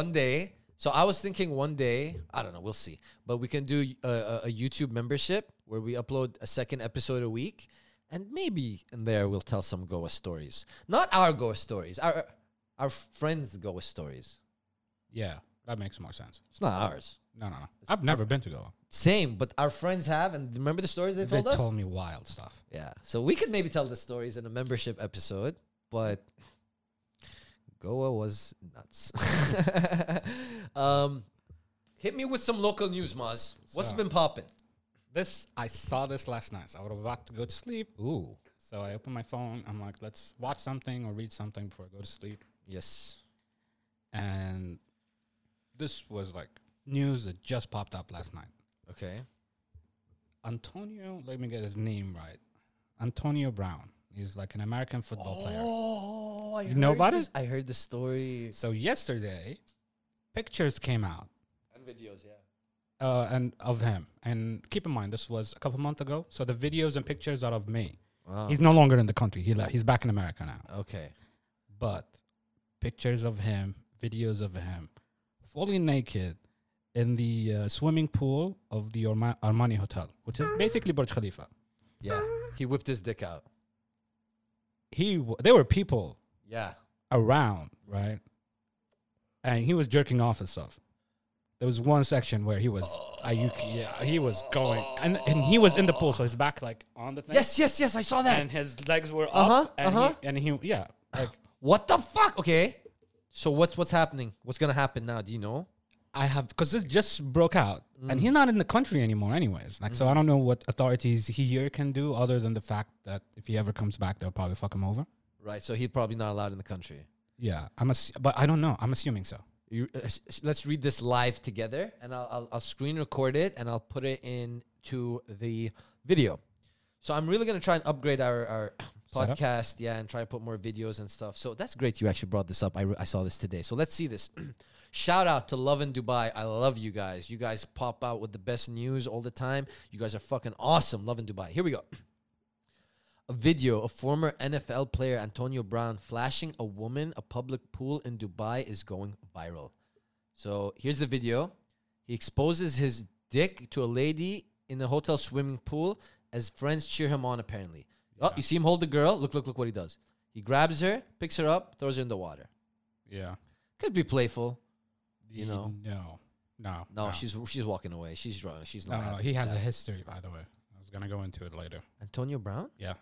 Speaker 1: one day. So I was thinking one day, I don't know, we'll see. But we can do a, a, a YouTube membership where we upload a second episode a week, and maybe in there we'll tell some Goa stories. Not our Goa stories, our our friends' Goa stories.
Speaker 2: Yeah, that makes more sense.
Speaker 1: It's not ours.
Speaker 2: No, no, no. I've never been to Goa.
Speaker 1: Same, but our friends have, and remember the stories they told
Speaker 2: they
Speaker 1: us.
Speaker 2: told me wild stuff.
Speaker 1: Yeah. So we could maybe tell the stories in a membership episode, but Goa was nuts. um, hit me with some local news, Maz. What's
Speaker 2: So-
Speaker 1: been popping?
Speaker 2: This I saw this last night. So I was about to go to sleep,
Speaker 1: Ooh.
Speaker 2: so I opened my phone. I'm like, let's watch something or read something before I go to sleep.
Speaker 1: Yes.
Speaker 2: And this was like news that just popped up last night.
Speaker 1: Okay.
Speaker 2: Antonio, let me get his name right. Antonio Brown. He's like an American football player.
Speaker 1: Oh, I
Speaker 2: You know about
Speaker 1: this.
Speaker 2: it?
Speaker 1: I heard the story.
Speaker 2: So yesterday, pictures came out
Speaker 1: And videos, yeah.
Speaker 2: uh, and of him. And keep in mind, this was a couple months ago, so the videos and pictures are of me.
Speaker 1: Wow.
Speaker 2: He's no longer in the country. He le- he's back in America now.
Speaker 1: okay.
Speaker 2: But pictures of him, videos of him, fully naked in the uh, swimming pool of the Orma- Armani Hotel, which is basically Burj Khalifa.
Speaker 1: Yeah. He whipped his dick out.
Speaker 2: He w- there were people
Speaker 1: Yeah.
Speaker 2: around, right? And he was jerking off and stuff. There was one section where he was Ayuki, yeah, he was going, and, and he was in the pool, so his back like on the thing.
Speaker 1: Yes, yes, yes. I saw that.
Speaker 2: and his legs were up,
Speaker 1: Uh-huh,
Speaker 2: and,
Speaker 1: uh-huh.
Speaker 2: He, and he, yeah, like
Speaker 1: what the fuck? Okay. So what's what's happening? What's gonna happen now? Do you know?
Speaker 2: I have because this just broke out,
Speaker 1: Mm.
Speaker 2: and he's not in the country anymore, anyways. Like, so I don't know what authorities here can do other than the fact that if he ever comes back, they'll probably fuck him over.
Speaker 1: Right. So he's probably not allowed in the country.
Speaker 2: Yeah, I'm, ass- but I don't know. I'm assuming so.
Speaker 1: You, uh, s- s- let's read this live together, and I'll, I'll I'll screen record it, and I'll put it into the video. So I'm really gonna try and upgrade our our
Speaker 2: Setup?
Speaker 1: podcast, yeah, and try and put more videos and stuff. So that's great. You actually brought this up. I, re- I saw this today. So let's see this. Shout out to Love in Dubai. I love you guys. You guys pop out with the best news all the time. You guys are fucking awesome. Love in Dubai. Here we go. A video of former NFL player Antonio Brown flashing a woman a public pool in Dubai is going viral. So here's the video. He exposes his dick to a lady in the hotel swimming pool as friends cheer him on, apparently. Oh, you see him hold the girl? Look, look, look what he does. He grabs her, picks her up, throws her in the water.
Speaker 2: Yeah,
Speaker 1: Could be playful. You know.
Speaker 2: no, no,
Speaker 1: No, she's she's walking away. She's drunk. She's
Speaker 2: No,
Speaker 1: not.
Speaker 2: no,
Speaker 1: happy.
Speaker 2: he has a history, by the way. I was gonna go into it later.
Speaker 1: Antonio Brown?
Speaker 2: Yeah,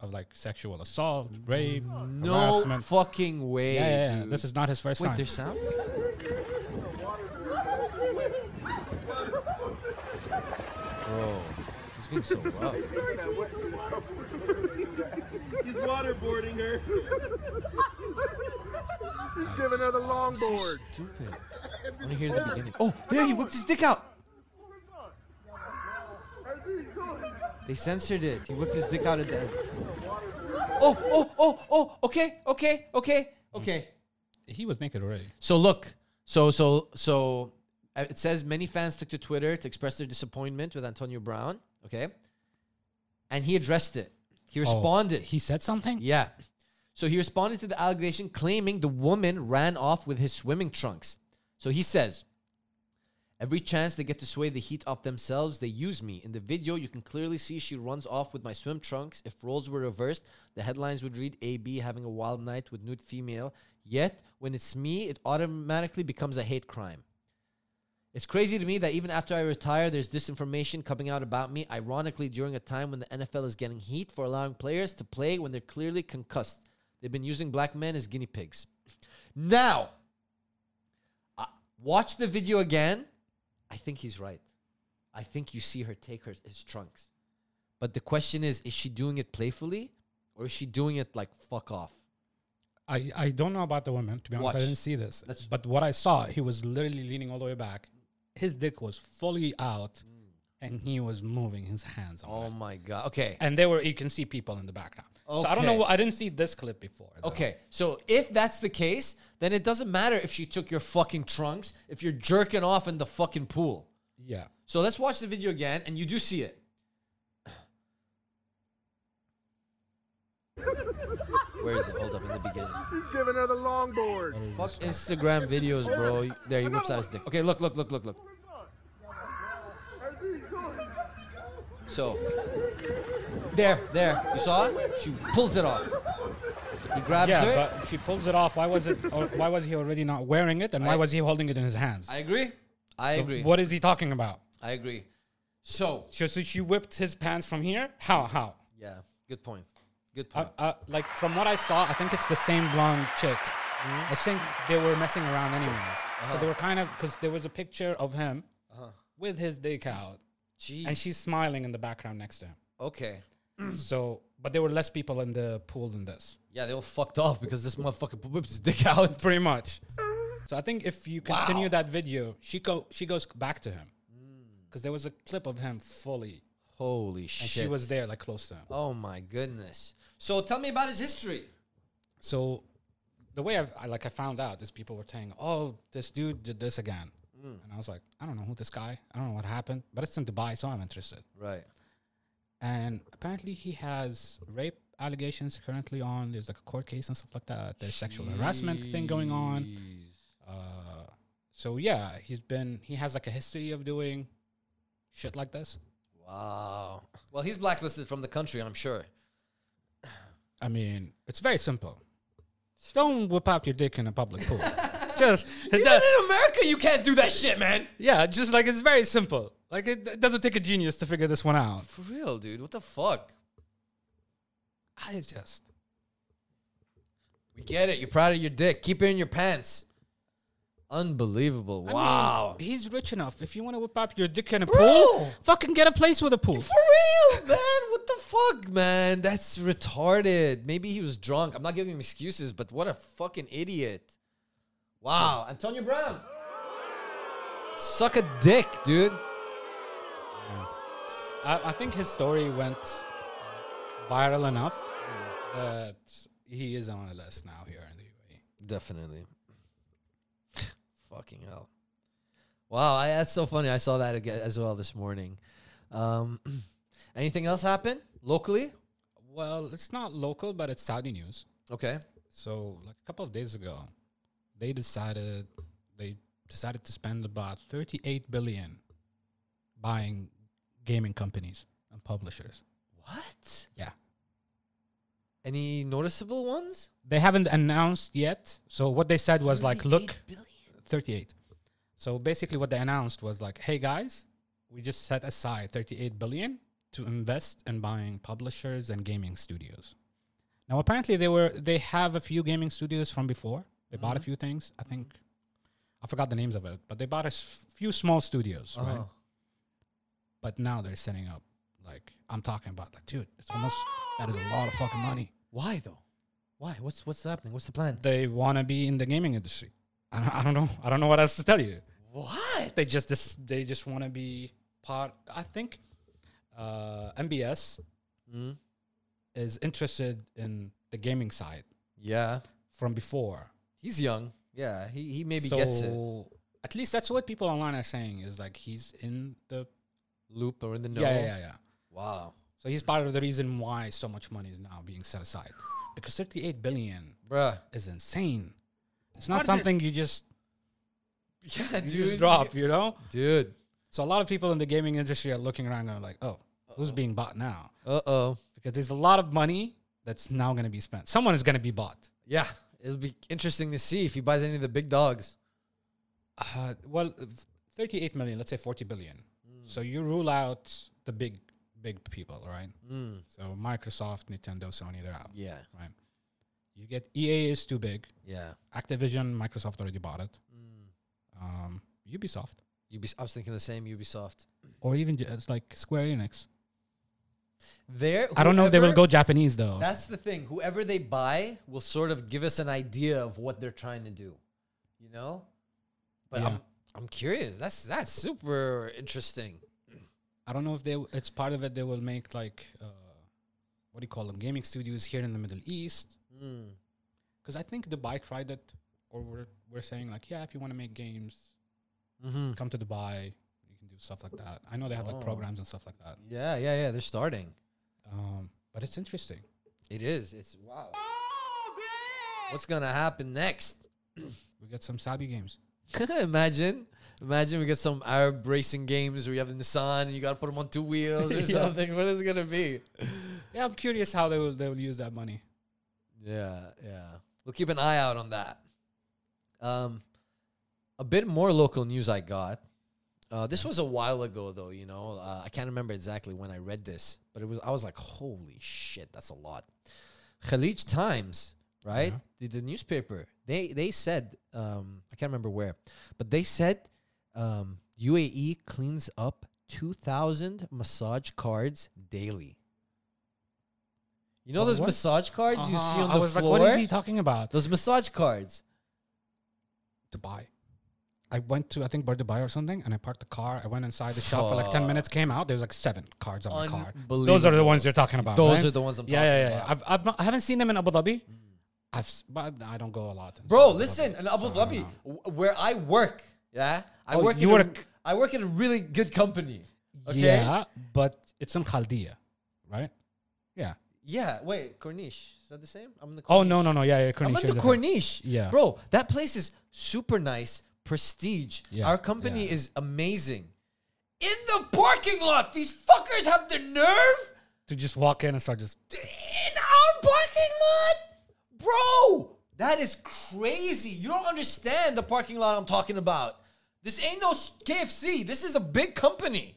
Speaker 2: of like sexual assault, rape,
Speaker 1: Mm. No
Speaker 2: harassment.
Speaker 1: fucking way.
Speaker 2: yeah, yeah, yeah.
Speaker 1: dude.
Speaker 2: This is not his first
Speaker 1: Wait,
Speaker 2: time.
Speaker 1: there's sound? Bro, he's being so rough.
Speaker 3: He's waterboarding her.
Speaker 5: He's giving her the longboard.
Speaker 1: Stupid. I want to hear the beginning. Oh, there he whipped his dick out. They censored it. He whipped his dick out at the end. Oh, oh, oh, oh. Okay, okay, okay, okay.
Speaker 2: he was naked already.
Speaker 1: So look, so so so uh, it says many fans took to Twitter to express their disappointment with Antonio Brown. Okay, and he addressed it. He
Speaker 2: Oh,
Speaker 1: responded.
Speaker 2: he said something.
Speaker 1: Yeah. So he responded to the allegation claiming the woman ran off with his swimming trunks. So he says, Every chance they get to sway the heat off themselves, they use me. In the video, you can clearly see she runs off with my swim trunks. If roles were reversed, the headlines would read AB having a wild night with nude female. Yet, when it's me, it automatically becomes a hate crime. It's crazy to me that even after I retire, there's disinformation coming out about me, ironically, during a time when the NFL is getting heat for allowing players to play when they're clearly concussed. They've been using black men as guinea pigs. Now, uh, watch the video again. I think he's right. I think you see her take her, his trunks. But the question is is she doing it playfully or is she doing it like fuck off?
Speaker 2: I, I don't know about the woman. To be honest, I
Speaker 1: Watch.
Speaker 2: didn't see this.
Speaker 1: Let's-
Speaker 2: but what I saw, he was literally leaning all the way back. His dick was fully out, and he was moving his hands. On
Speaker 1: Mm. Oh
Speaker 2: it.
Speaker 1: my God. Okay.
Speaker 2: And they were you can see people in the background. So I don't know.
Speaker 1: Okay.
Speaker 2: what- I didn't see this clip before. though.
Speaker 1: Okay, so if that's the case, then it doesn't matter if she took your fucking trunks, if you're jerking off in the fucking pool.
Speaker 2: Yeah.
Speaker 1: So let's watch the video again, and you do see it. Where is it? Hold up, in the beginning.
Speaker 5: He's giving her the longboard.
Speaker 1: Fuck Instagram videos, bro. There, he whips out his dick. Okay, look, look, look, look, look. So, there, there. You saw it? She pulls it off. He grabs
Speaker 2: Yeah,
Speaker 1: her.
Speaker 2: but she pulls it off. Why was it? Or why was he already not wearing it? And why
Speaker 1: I-
Speaker 2: was he holding it in his hands?
Speaker 1: I agree. I agree.
Speaker 2: What is he talking about?
Speaker 1: I agree. So
Speaker 2: So, so she whipped his pants from here. How? How?
Speaker 1: yeah, good point. Good
Speaker 2: Uh,
Speaker 1: point.
Speaker 2: uh, like from what I saw, I think it's the same blonde chick. I think they were messing around anyways. So they were kind of because there was a picture of him with his dick out, and
Speaker 1: Jeez.
Speaker 2: she's smiling in the background next to him.
Speaker 1: Okay.
Speaker 2: So, but there were less people in the pool than this,
Speaker 1: Yeah, they all fucked off because this motherfucker whipped his dick out.
Speaker 2: pretty much. So I think if you continue
Speaker 1: Wow.
Speaker 2: that video, she go she goes back to him because there was a clip of him fully,
Speaker 1: Holy
Speaker 2: and
Speaker 1: shit.
Speaker 2: she was there like close to him.
Speaker 1: Oh my goodness. So tell me about his history.
Speaker 2: So the way I've, I like I found out is people were saying, "Oh, this dude did this again," And I was like, I don't know who this guy. I don't know what happened, but it's in Dubai, so I'm interested.
Speaker 1: Right.
Speaker 2: And apparently, he has rape allegations currently on. There's like a court case and stuff like that. There's sexual harassment thing going on.
Speaker 1: Jeez.
Speaker 2: Uh, so yeah, he's been he has like a history of doing shit like this.
Speaker 1: Wow. Well, he's blacklisted from the country, I'm sure.
Speaker 2: I mean, it's very simple. Don't whip out your dick in a public pool. just
Speaker 1: Even in America, you can't do that shit, man.
Speaker 2: yeah, just like it's very simple. Like it, it doesn't take a genius to figure this one out.
Speaker 1: For real, dude. What the fuck?
Speaker 2: I just
Speaker 1: We get it. You're proud of your dick. Keep it in your pants. Unbelievable. wow.
Speaker 2: he's rich enough. If you want to whip out your dick in a
Speaker 1: Bro!
Speaker 2: pool, fucking get a place with a pool.
Speaker 1: For real, man. What the fuck, man? That's retarded. Maybe he was drunk. I'm not giving him excuses, but what a fucking idiot. Wow. Antonio Brown. Suck a dick, dude.
Speaker 2: I, I think his story went viral enough that he is on a list now here in the E. UAE.
Speaker 1: Definitely. Fucking hell. Wow, I, that's so funny. I saw that again as well this morning. Um, anything else happen locally?
Speaker 2: Well, it's not local, but it's Saudi news.
Speaker 1: Okay.
Speaker 2: So, like a couple of days ago, they decided they decided to spend about 38 billion buying gaming companies and publishers.
Speaker 1: What?
Speaker 2: Yeah.
Speaker 1: Any noticeable ones?
Speaker 2: They haven't announced yet. So what they said was like, look,
Speaker 1: 38 billion?
Speaker 2: 38. So basically, what they announced was like, hey guys, we just set aside 38 billion to invest in buying publishers and gaming studios. Now, apparently, they were they have a few gaming studios from before. They bought a few things. I think I forgot the names of it, but they bought a s- few small studios, right?
Speaker 1: Oh.
Speaker 2: But now they're setting up like I'm talking about, like, dude, it's almost that is a lot of fucking money.
Speaker 1: Why though? Why? What's what's happening? What's the plan?
Speaker 2: They want to be in the gaming industry. I don't, I don't know. I don't know what else to tell you.
Speaker 1: What?
Speaker 2: they just dis- they just want to be part. I think uh, MBS
Speaker 1: Mm.
Speaker 2: is interested in the gaming side
Speaker 1: Yeah.
Speaker 2: from before.
Speaker 1: He's young. Yeah, he, he maybe
Speaker 2: so
Speaker 1: gets it.
Speaker 2: at least that's what people online are saying is like he's in the
Speaker 1: Loop or in the know.
Speaker 2: yeah, yeah yeah yeah.
Speaker 1: Wow.
Speaker 2: So he's part of the reason why so much money is now being set aside because thirty eight billion
Speaker 1: Bruh.
Speaker 2: is insane. It's not something you just
Speaker 1: Yeah,
Speaker 2: you just drop, you know.
Speaker 1: Dude.
Speaker 2: So a lot of people in the gaming industry are looking around and like, oh, who's being bought now?
Speaker 1: Uh oh.
Speaker 2: because there's a lot of money that's now going to be spent. Someone is going to be bought.
Speaker 1: Yeah, it'll be interesting to see if he buys any of the big dogs.
Speaker 2: Uh, well, if 38 million, let's say 40 billion.
Speaker 1: Mm.
Speaker 2: So you rule out the big, big people, right? So Microsoft, Nintendo, Sony, they're out,
Speaker 1: Mm. Yeah,
Speaker 2: right? You get EA is too big.
Speaker 1: yeah.
Speaker 2: Activision, Microsoft already bought it.
Speaker 1: Mm.
Speaker 2: Um, Ubisoft,
Speaker 1: Ubis- I was thinking the same. Ubisoft.
Speaker 2: or even just like Square Enix.
Speaker 1: There.
Speaker 2: I don't know if they will
Speaker 1: whoever-
Speaker 2: go Japanese though.
Speaker 1: That's the thing. Whoever they buy will sort of give us an idea of what they're trying to do. You know. But
Speaker 2: Yeah.
Speaker 1: I'm I'm curious. That's that's super interesting.
Speaker 2: I don't know if they. w- It's part of it. They will make like, uh, what do you call them? Gaming studios here in the Middle East. Mm-hmm. Because I think Dubai tried it, or we're we're saying like, yeah, if you want to make games,
Speaker 1: Mm-hmm.
Speaker 2: come to Dubai. You can do stuff like that. I know they have like
Speaker 1: Oh.
Speaker 2: programs and stuff like that.
Speaker 1: Yeah, yeah, yeah. They're starting.
Speaker 2: Um, but it's interesting.
Speaker 1: It is. It's wow. What's gonna happen next?
Speaker 2: We got some Saudi games.
Speaker 1: imagine, imagine we get some Arab racing games where you have the Nissan and you gotta put them on two wheels or
Speaker 2: Yeah.
Speaker 1: something. What is it gonna be?
Speaker 2: Yeah, I'm curious how they will they will use that money.
Speaker 1: Yeah, yeah. We'll keep an eye out on that. Um, a bit more local news I got. Uh, this was a while ago, though. You know, uh, I can't remember exactly when I read this, but it was. I was like, "Holy shit, that's a lot." Khalij Times, right? The, the newspaper. They they said um, I can't remember where, but they said um, UAE cleans up two thousand massage cards daily. You know
Speaker 2: Oh,
Speaker 1: those
Speaker 2: what?
Speaker 1: massage cards you see
Speaker 2: Uh-huh.
Speaker 1: on the
Speaker 2: I was
Speaker 1: floor?
Speaker 2: like, what is he talking about?
Speaker 1: Those massage cards.
Speaker 2: Dubai. I went to I think Bar Dubai or something, and I parked the car. I went inside the shop for like ten minutes. Came out, there's like seven cards on the car. Oh Those are the
Speaker 1: Unbelievable.
Speaker 2: ones you're talking about.
Speaker 1: Those
Speaker 2: right?
Speaker 1: are the ones I'm
Speaker 2: yeah,
Speaker 1: talking
Speaker 2: yeah, yeah, yeah.
Speaker 1: about. Mm.
Speaker 2: I've, I've not, I haven't seen them in Abu Dhabi. I've s- but I don't go a lot.
Speaker 1: Bro,
Speaker 2: So Abu
Speaker 1: listen,
Speaker 2: Dhabi.
Speaker 1: in Abu
Speaker 2: So I don't
Speaker 1: Dhabi,
Speaker 2: know.
Speaker 1: w- where I work, Yeah, I
Speaker 2: Oh,
Speaker 1: work.
Speaker 2: you
Speaker 1: in a,
Speaker 2: work-
Speaker 1: I work in a really good company. Okay.
Speaker 2: Yeah, but it's in Khaldia, right? Yeah.
Speaker 1: Yeah, Wait, Corniche. Is that the same? I'm in the.
Speaker 2: Oh
Speaker 1: Corniche.
Speaker 2: no no no yeah yeah Corniche.
Speaker 1: I'm in the
Speaker 2: yeah,
Speaker 1: Corniche.
Speaker 2: Yeah.
Speaker 1: Bro, that place is super nice, prestige.
Speaker 2: Yeah,
Speaker 1: Our company
Speaker 2: yeah.
Speaker 1: is amazing. In the parking lot, these fuckers have the nerve
Speaker 2: To just walk in and start just
Speaker 1: in our parking lot, bro. That is crazy. You don't understand the parking lot I'm talking about. This ain't no s- KFC. This is a big company,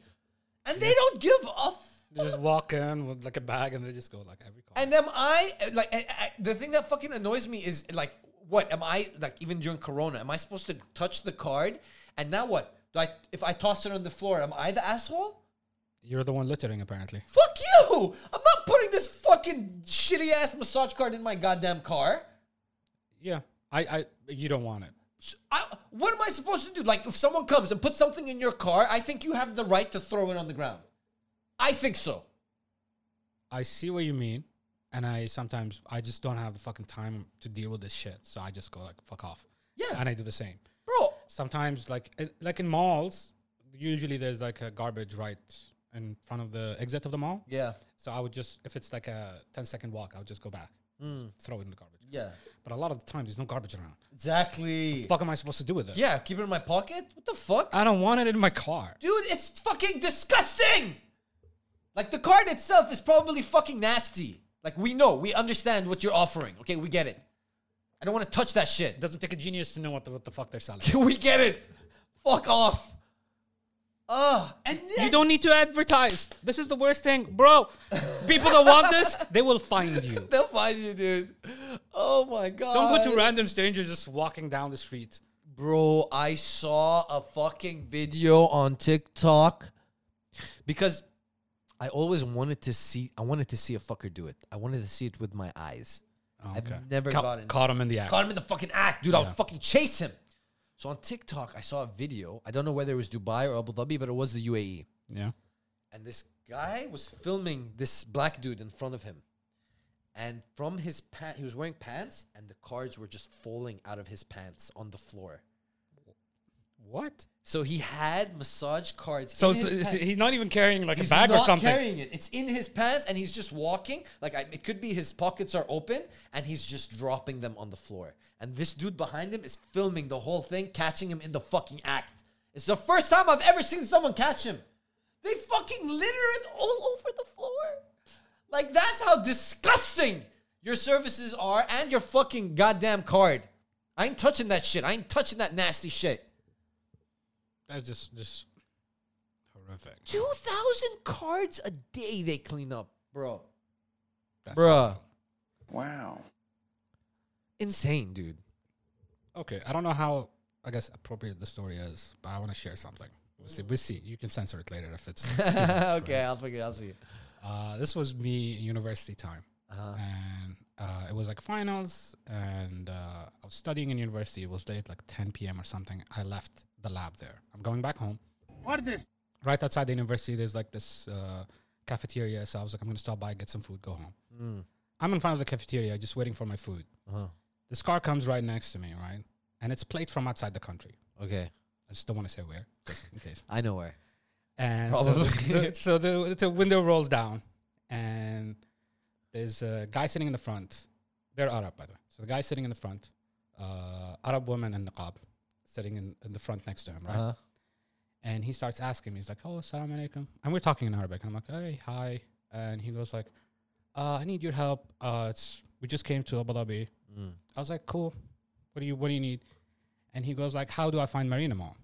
Speaker 1: and they don't give a. F-
Speaker 2: they just walk in with like a bag and they just go like every car.
Speaker 1: and am I like I, I- the thing that fucking annoys me is like what am I like even during Corona? Am I supposed to touch the card? And now what? Like if I toss it on the floor, am I the asshole?
Speaker 2: You're the one littering apparently.
Speaker 1: Fuck you! I'm not putting this fucking shitty ass massage card in my goddamn car.
Speaker 2: Yeah. I I you don't want it.
Speaker 1: I, what am I supposed to do? Like, if someone comes and puts something in your car, I think you have the right to throw it on the ground. I think so.
Speaker 2: I see what you mean, and I sometimes I just don't have the fucking time to deal with this shit, so I just go like fuck off.
Speaker 1: Yeah.
Speaker 2: And I do the same.
Speaker 1: Bro,
Speaker 2: Sometimes like uh, like in malls, usually there's like a garbage right in front of the exit of the mall.
Speaker 1: yeah,
Speaker 2: So I would just, if it's like a 10 second walk, I would just go back, just throw it in the garbage.
Speaker 1: Mm. yeah,
Speaker 2: But a lot of the time, there's no garbage around.
Speaker 1: exactly.
Speaker 2: fuck am I supposed to do with this?
Speaker 1: Yeah, keep it in my pocket? What the fuck?
Speaker 2: I don't want it in my car.
Speaker 1: Dude, it's fucking disgusting! Like, the card itself is probably fucking nasty. Like, we know, we understand what you're offering, okay? We get it. I don't wanna touch that
Speaker 2: It
Speaker 1: shit.
Speaker 2: doesn't take a genius to know what the, what the fuck they're selling.
Speaker 1: we get it! Fuck off! Ugh, and
Speaker 2: you
Speaker 1: then-
Speaker 2: don't need to advertise. This is the worst thing. Bro, people that want this, they will find you.
Speaker 1: They'll find you, dude. Oh my god.
Speaker 2: Don't go to random strangers just walking down the street.
Speaker 1: Bro, I saw a fucking video on TikTok because I always wanted to see I wanted to see a fucker do it. I wanted to see it with my eyes. I've never
Speaker 2: Ca-
Speaker 1: gotten
Speaker 2: Caught him in the act.
Speaker 1: caught him in the fucking act, dude. I
Speaker 2: Yeah.
Speaker 1: would fucking chase him. So on TikTok, I saw a video. I don't know whether it was Dubai or Abu Dhabi, but it was the E. UAE.
Speaker 2: Yeah.
Speaker 1: and this guy was filming this black dude in front of him and from his pant he was wearing pants and the cards were just falling out of his pants on the floor
Speaker 2: What?
Speaker 1: so he had massage cards
Speaker 2: So,
Speaker 1: in
Speaker 2: so
Speaker 1: his
Speaker 2: is-
Speaker 1: pants.
Speaker 2: he's not even carrying like
Speaker 1: He's
Speaker 2: a bag
Speaker 1: not
Speaker 2: or something.
Speaker 1: carrying it. It's in his pants, and he's just walking. Like I, it could be his pockets are open, and he's just dropping them on the floor. And this dude behind him is filming the whole thing, catching him in the fucking act. It's the first time I've ever seen someone catch him. They fucking litter it all over the floor. Like that's how disgusting your services are, and your fucking goddamn card. I ain't touching that shit. I ain't touching that nasty shit.
Speaker 2: That's just, just horrific.
Speaker 1: 2,000 cards a day they clean up, bro.
Speaker 2: That's
Speaker 1: Bruh.
Speaker 5: Wow.
Speaker 1: insane, dude.
Speaker 2: Okay, I don't know how I guess appropriate the story is, but I want to share something. We'll see. We'll see. You can censor it later if it's. it's too much, right?
Speaker 1: okay, I'll figure. I'll see.
Speaker 2: Uh, this was me in university time,
Speaker 1: Uh-huh.
Speaker 2: and uh, it was like finals, and uh, I was studying in university. It was late, like 10 p.m. or something. I left the lab there. I'm going back home.
Speaker 5: What is this?
Speaker 2: Right outside the university, there's like this uh, cafeteria. So I was like, I'm gonna stop by, get some food, go home. I'm in front of the cafeteria, just waiting for my food. This car comes right next to me, right, and it's plate from outside the country.
Speaker 1: Okay,
Speaker 2: I just don't want to say where, just in case.
Speaker 1: I know where.
Speaker 2: And so,
Speaker 1: Probably.
Speaker 2: the, so the, the window rolls down, and there's a guy sitting in the front. They're Arab, by the way. So the guy sitting in the front, uh, Arab woman in niqab, sitting in, in the front next to him, right?
Speaker 1: Uh-huh.
Speaker 2: And he starts asking me, he's like, oh, salam alaikum. And we're talking in Arabic. And I'm like, hey, hi. And he was like, uh, I need your help. Uh, it's, we just came to Abu Dhabi. I was like, cool. What do you, what do you need? And he goes like, how do I find Marina Mall?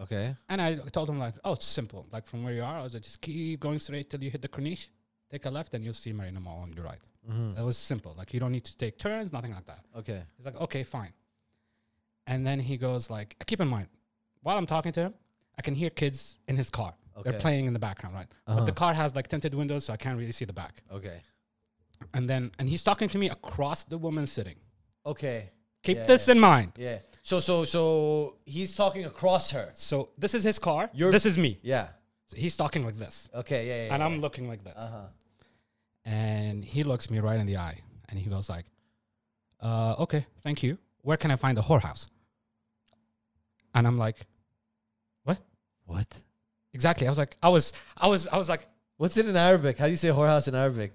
Speaker 1: Okay.
Speaker 2: And I told him like, oh, it's simple. Like from where you are, I was like, just keep going straight till you hit the Corniche. Take a left and you'll see Marina Mall on your right. That was simple. Like you don't need to take turns, nothing like that.
Speaker 1: Okay.
Speaker 2: He's like, okay, fine. And then he goes like, keep in mind, while I'm talking to him, I can hear kids in his car.
Speaker 1: Okay. Uh-huh.
Speaker 2: They're playing in the background, right? But the car has like tinted windows, so I can't really see the back.
Speaker 1: Okay.
Speaker 2: And then, and he's talking to me across the woman sitting.
Speaker 1: Okay.
Speaker 2: Keep
Speaker 1: Yeah,
Speaker 2: this in mind.
Speaker 1: Yeah. So so so he's talking across her.
Speaker 2: So this is his car.
Speaker 1: You're-
Speaker 2: this is me.
Speaker 1: Yeah.
Speaker 2: So he's talking like this.
Speaker 1: Okay. Yeah. yeah,
Speaker 2: and
Speaker 1: yeah.
Speaker 2: I'm looking like this.
Speaker 1: Uh-huh.
Speaker 2: And he looks me right in the eye, and he goes like, uh, "Okay, thank you. Where can I find the whorehouse?" And I'm like,
Speaker 1: What?
Speaker 2: Exactly. I was like, I was, I was, I was like,
Speaker 1: What's it in Arabic? How do you say whorehouse in Arabic?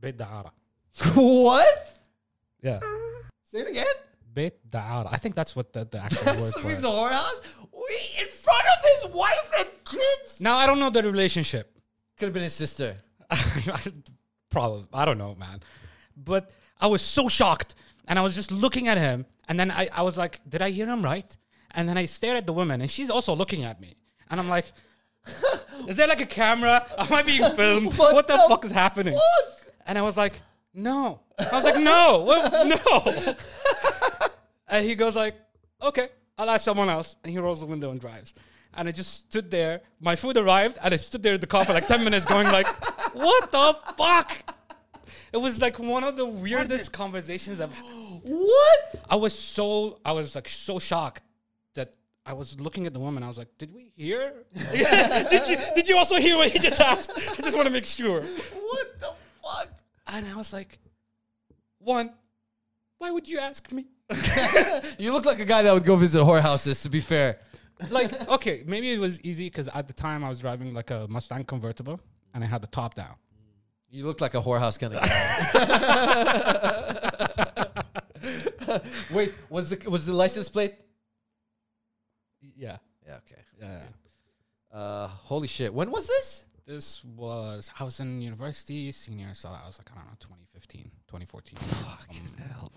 Speaker 2: Beit Da'ara.
Speaker 1: what?
Speaker 2: Yeah.
Speaker 1: Say it again.
Speaker 2: Beit Da'ara. I think that's what the, the actual word
Speaker 1: That's
Speaker 2: for
Speaker 1: means
Speaker 2: it.
Speaker 1: a whorehouse. We, in front of his wife and kids.
Speaker 2: Now, I don't know the relationship.
Speaker 1: Could have been his sister.
Speaker 2: Probably. I don't know, man. But I was so shocked. And I was just looking at him. And then I, I was like, did I hear him right? And then I stared at the woman, and she's also looking at me. And I'm like, is there like a camera? Am I being filmed?
Speaker 1: What
Speaker 2: what, the,
Speaker 1: the
Speaker 2: fuck is happening?
Speaker 1: fuck?
Speaker 2: And I was like, no. I was like, no, what- no. and he goes like, okay, I'll ask someone else. And he rolls the window and drives. And I just stood there. My food arrived, and I stood there in the car for like 10 minutes going like, what the fuck? It was like one of the weirdest conversations I've
Speaker 1: What?
Speaker 2: I was so I was like so shocked that I was looking at the woman. I was like, "Did we hear? did you did you also hear what he just asked? I just want to make sure."
Speaker 1: What the fuck?
Speaker 2: And I was like, "One, why would you ask me?
Speaker 1: You look like a guy that would go visit whorehouses. To be fair,
Speaker 2: Like, okay, maybe it was easy because at the time I was driving like a Mustang convertible and I had the top down.
Speaker 1: you look like a whorehouse kind of guy. Wait, was the was the license plate?
Speaker 2: Yeah,
Speaker 1: Yeah. Okay.
Speaker 2: yeah.
Speaker 1: Uh, holy shit! When was this?
Speaker 2: This was I was in university senior, so I was like I don't know, 2015, 2014, Um, something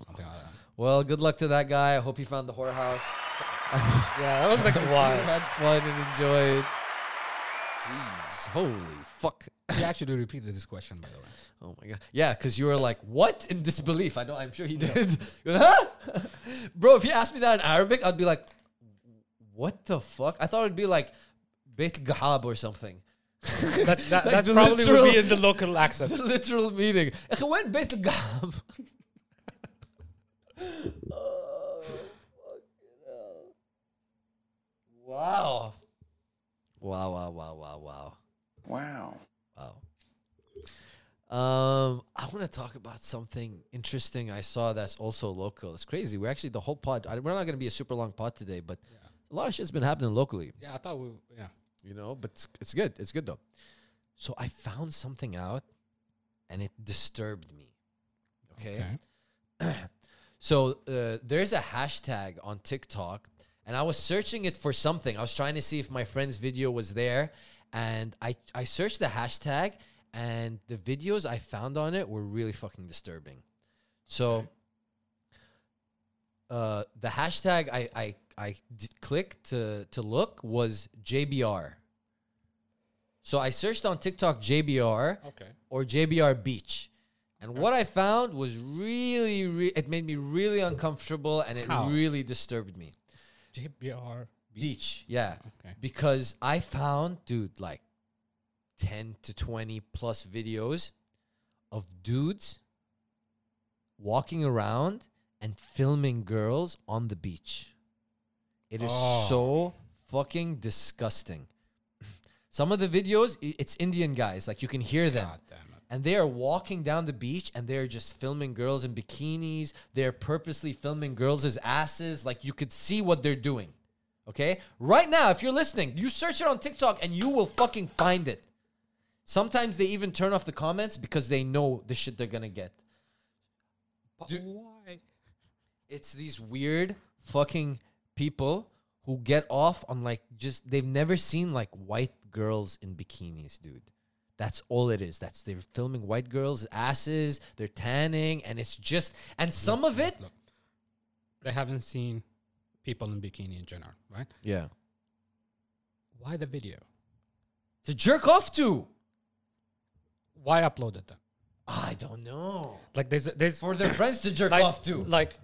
Speaker 2: like that.
Speaker 1: Well, good luck to that guy. I hope he found the whorehouse.
Speaker 2: Yeah, that was like
Speaker 1: You had fun and enjoyed. Jeez, holy fuck!
Speaker 2: He actually repeated this question, by the way.
Speaker 1: Oh my god. Yeah, because you were like, what? In disbelief. I know I'm sure he did. You're like, huh? Bro, if you asked me that in Arabic, I'd be like, what the fuck? I thought it'd be like Beit Gahab or something.
Speaker 2: That's that,
Speaker 1: Like
Speaker 2: that's
Speaker 1: the
Speaker 2: probably
Speaker 1: literal-
Speaker 2: would be in the local accent.
Speaker 1: The literal meaning. Eh, When Beit Gahab? oh, fucking hell. Wow. Wow, wow, wow, wow, wow.
Speaker 5: Wow.
Speaker 1: Wow. Um, I want to talk about something interesting I saw that's also local. It's crazy. We're actually the whole pod. I, we're not going to be a super long pod today, but a lot of shit's been happening locally.
Speaker 2: Yeah, I thought we. Yeah,
Speaker 1: You know, but it's, it's good. It's good though. So I found something out, and it disturbed me. Okay.
Speaker 2: Okay.
Speaker 1: So uh, there's a hashtag on TikTok, and I was searching it for something. I was trying to see if my friend's video was there, and I I searched the hashtag, and the videos I found on it were really fucking disturbing. So. Uh, the hashtag I I, I d- clicked to to look was JBR. So I searched on TikTok JBR
Speaker 2: Okay.
Speaker 1: or JBR Beach. And what I found was really, re- it made me really uncomfortable and it
Speaker 2: How?
Speaker 1: really disturbed me.
Speaker 2: JBR.
Speaker 1: Beach, yeah.
Speaker 2: Okay.
Speaker 1: Because I found, dude, like 10 to 20 plus videos of dudes walking around and filming girls on the beach. It is
Speaker 2: Oh.
Speaker 1: so fucking disgusting. Some of the videos, i- it's Indian guys. Like you can hear them
Speaker 2: God damn it.
Speaker 1: and they are walking down the beach and they're just filming girls in bikinis. They're purposely filming girls' as asses. Like you could see what they're doing. Okay? Right now, if you're listening, you search it on TikTok and you will fucking find it. Sometimes they even turn off the comments because they know the shit they're gonna get.
Speaker 2: But why?
Speaker 1: It's these weird fucking people who get off on like just they've never seen like white girls in bikinis, dude. That's all it is. That's they're filming white girls' asses, they're tanning, and it's just and some of it
Speaker 2: Look, they haven't seen people in bikini in general, right?
Speaker 1: Yeah.
Speaker 2: Why the video?
Speaker 1: To jerk off to.
Speaker 2: Why upload it then?
Speaker 1: I don't know.
Speaker 2: Like, there's there's
Speaker 1: For their friends to jerk
Speaker 2: like,
Speaker 1: off to.
Speaker 2: Like,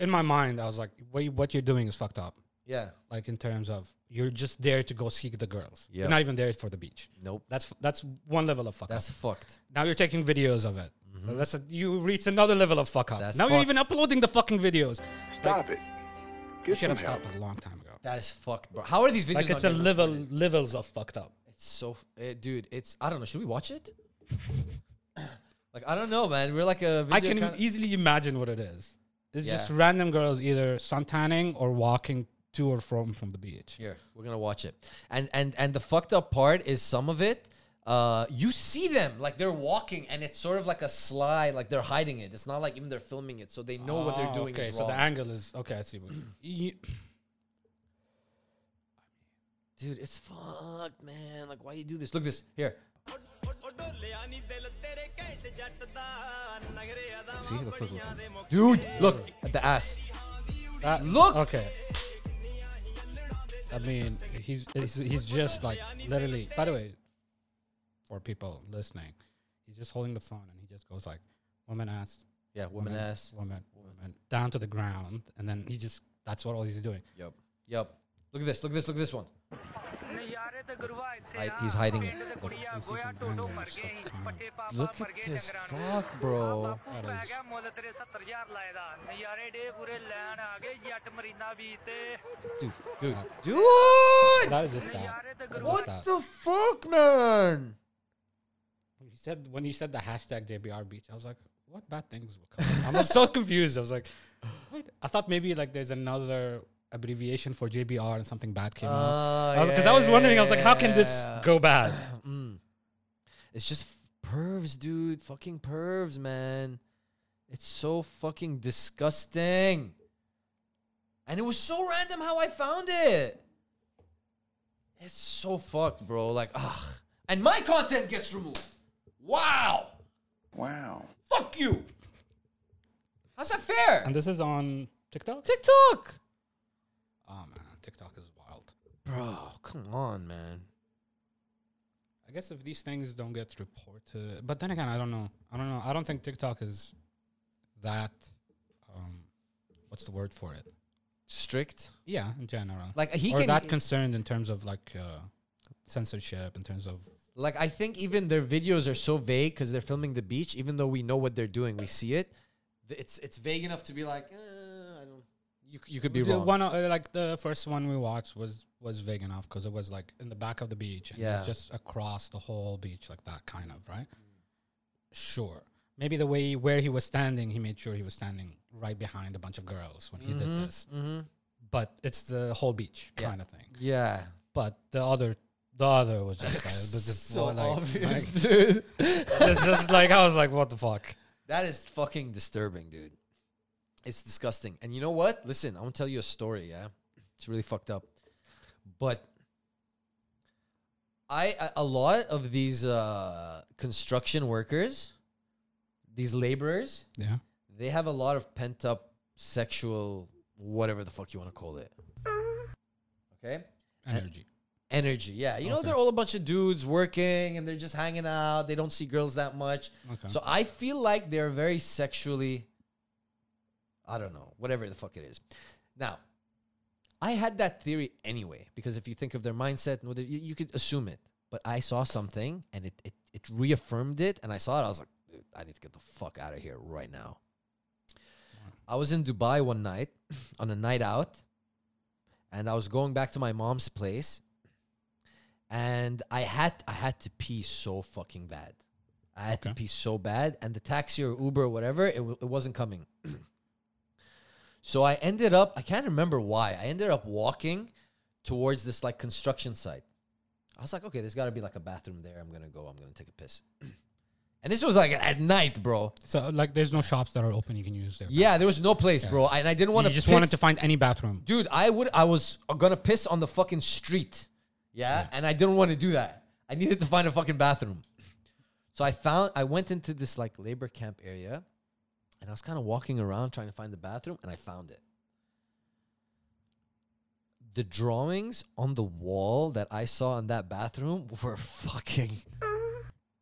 Speaker 2: in my mind, I was like, what, you- what you're doing is fucked up.
Speaker 1: yeah.
Speaker 2: Like in terms of you're just there to go seek the girls.
Speaker 1: Yeah.
Speaker 2: You're not even there for the beach.
Speaker 1: Nope.
Speaker 2: That's that's one level of fuck up.
Speaker 1: That's fucked.
Speaker 2: Now you're taking videos of it. That's a, you reach another level of fuck up.
Speaker 1: That's
Speaker 2: now you're
Speaker 1: fuck-
Speaker 2: even uploading the fucking videos.
Speaker 5: Stop it.
Speaker 2: You
Speaker 5: Get
Speaker 2: should
Speaker 5: some
Speaker 2: have
Speaker 5: help.
Speaker 2: stopped a long time ago.
Speaker 1: That is fucked, bro. How are these videos?
Speaker 2: Like it's
Speaker 1: not
Speaker 2: a
Speaker 1: getting
Speaker 2: level
Speaker 1: reported?
Speaker 2: levels of fucked up.
Speaker 1: It's so, f- eh, dude. It's I don't know. Should we watch it? like I don't know, man. We're like a. Video
Speaker 2: I can
Speaker 1: kind-
Speaker 2: easily imagine what it is. It's just
Speaker 1: Yeah.
Speaker 2: random girls either suntanning or walking to or from from the beach.
Speaker 1: Here, we're gonna watch it. And and and the fucked up part is some of it. Uh, you see them like they're walking, and it's sort of like a slide, like they're hiding it. It's not like even they're filming it, so they know what they're
Speaker 2: Oh,
Speaker 1: doing.
Speaker 2: Okay,
Speaker 1: is
Speaker 2: so
Speaker 1: wrong.
Speaker 2: the angle is okay. I see. What you,
Speaker 1: dude, it's fucked, man. Like, why you do this? Look this here.
Speaker 2: see, look, look, look.
Speaker 1: Dude, look at the ass.
Speaker 2: That-
Speaker 1: Look!
Speaker 2: Okay. I mean, he's, he's he's just like literally. By the way, for people listening, he's just holding the phone and he just goes like, "Woman ass,
Speaker 1: Yeah, woman ass.
Speaker 2: woman, woman," down to the ground, and then he just that's what all he's doing.
Speaker 1: Yep. Yep. Look at this. Look at this. Look at this one.
Speaker 6: Hi- he's hiding it. Look, you can see from the angle, it's the kind of-
Speaker 1: Look at this. Fuck, bro.
Speaker 2: That is-
Speaker 1: Dude, dude,
Speaker 2: That-
Speaker 1: dude.
Speaker 2: That is just sad. That is just sad.
Speaker 1: What the fuck, man?
Speaker 2: When you said when you said the hashtag JBR Beach, I was like, what bad things will come? I was so confused. I was like, wait, I thought maybe like there's another abbreviation for JBR and something bad came out. Because I, was- 'cause I was wondering, I was like, how can this
Speaker 1: Ah, Uh, yeah.
Speaker 2: go bad?
Speaker 1: Mm. It's just pervs, dude. Fucking pervs, man. It's so fucking disgusting. And it was so random how I found it. It's so fucked, bro. Like, ugh. And my content gets removed. Wow.
Speaker 5: Wow.
Speaker 1: Fuck you. How's that fair?
Speaker 2: And this is on TikTok.
Speaker 1: TikTok.
Speaker 2: Oh man, TikTok is wild.
Speaker 1: Bro, come on, man.
Speaker 2: I guess if these things don't get reported, but then again, I don't know. I don't know. I don't think TikTok is that. Um, what's the word for it?
Speaker 1: Strict.
Speaker 2: Yeah, in general.
Speaker 1: Like, he
Speaker 2: or
Speaker 1: can-
Speaker 2: that concerned in terms of like uh, censorship, in terms of
Speaker 1: Like I think even their videos are so vague because they're filming the beach. Even though we know what they're doing, we see it. Th- It's it's vague enough to be like, uh, I don't. You c- you could be
Speaker 2: The
Speaker 1: wrong.
Speaker 2: One uh, like the first one we watched was was vague enough because it was like in the back of the beach and it
Speaker 1: Yeah.
Speaker 2: was just across the whole beach like that kind of right. Sure, maybe the way where he was standing, he made sure he was standing right behind a bunch of girls when he did this. But it's the whole beach kind of thing.
Speaker 1: Mm-hmm, Yeah,
Speaker 2: But the other. The other was just like, this is
Speaker 1: so
Speaker 2: like-
Speaker 1: obvious,
Speaker 2: like-
Speaker 1: dude.
Speaker 2: it's just like I was like, what the fuck?
Speaker 1: That is fucking disturbing, dude. It's disgusting. And you know what? Listen, I'm gonna tell you a story. Yeah, it's really fucked up. But I a- a lot of these uh, construction workers, these laborers,
Speaker 2: Yeah,
Speaker 1: they have a lot of pent up sexual whatever the fuck you want to call it. Okay?
Speaker 2: energy.
Speaker 1: Energy. Yeah. You know,
Speaker 2: Okay.
Speaker 1: they're all a bunch of dudes working and they're just hanging out. They don't see girls that much.
Speaker 2: Okay.
Speaker 1: So I feel like they're very sexually I don't know, whatever the fuck it is. Now, I had that theory anyway, because if you think of their mindset, and what they- you, you could assume it. But I saw something and it, it, it reaffirmed it, and I saw it. I was like, "Dude, I need to get the fuck out of here right now. I was in Dubai one night on a night out, and I was going back to my mom's place, and I had I had to pee so fucking bad. I had to
Speaker 2: Okay.
Speaker 1: pee so bad, and the taxi or Uber or whatever, it, w- it wasn't coming. So I ended up, I can't remember why, I ended up walking towards this like construction site. I was like, okay, there's got to be like a bathroom there. I'm going to go, I'm going to take a piss. and this was like at night, bro.
Speaker 2: So like, there's no shops that are open you can use there.
Speaker 1: Yeah, there was no place, bro. And I didn't want
Speaker 2: you
Speaker 1: to
Speaker 2: just wanted to find any bathroom.
Speaker 1: Dude, I would, I was going to piss on the fucking street. Yeah. And I didn't want to do that. I needed to find a fucking bathroom. So I found, I went into this like labor camp area and I was kind of walking around trying to find the bathroom and I found it. the drawings on the wall that I saw in that bathroom were fucking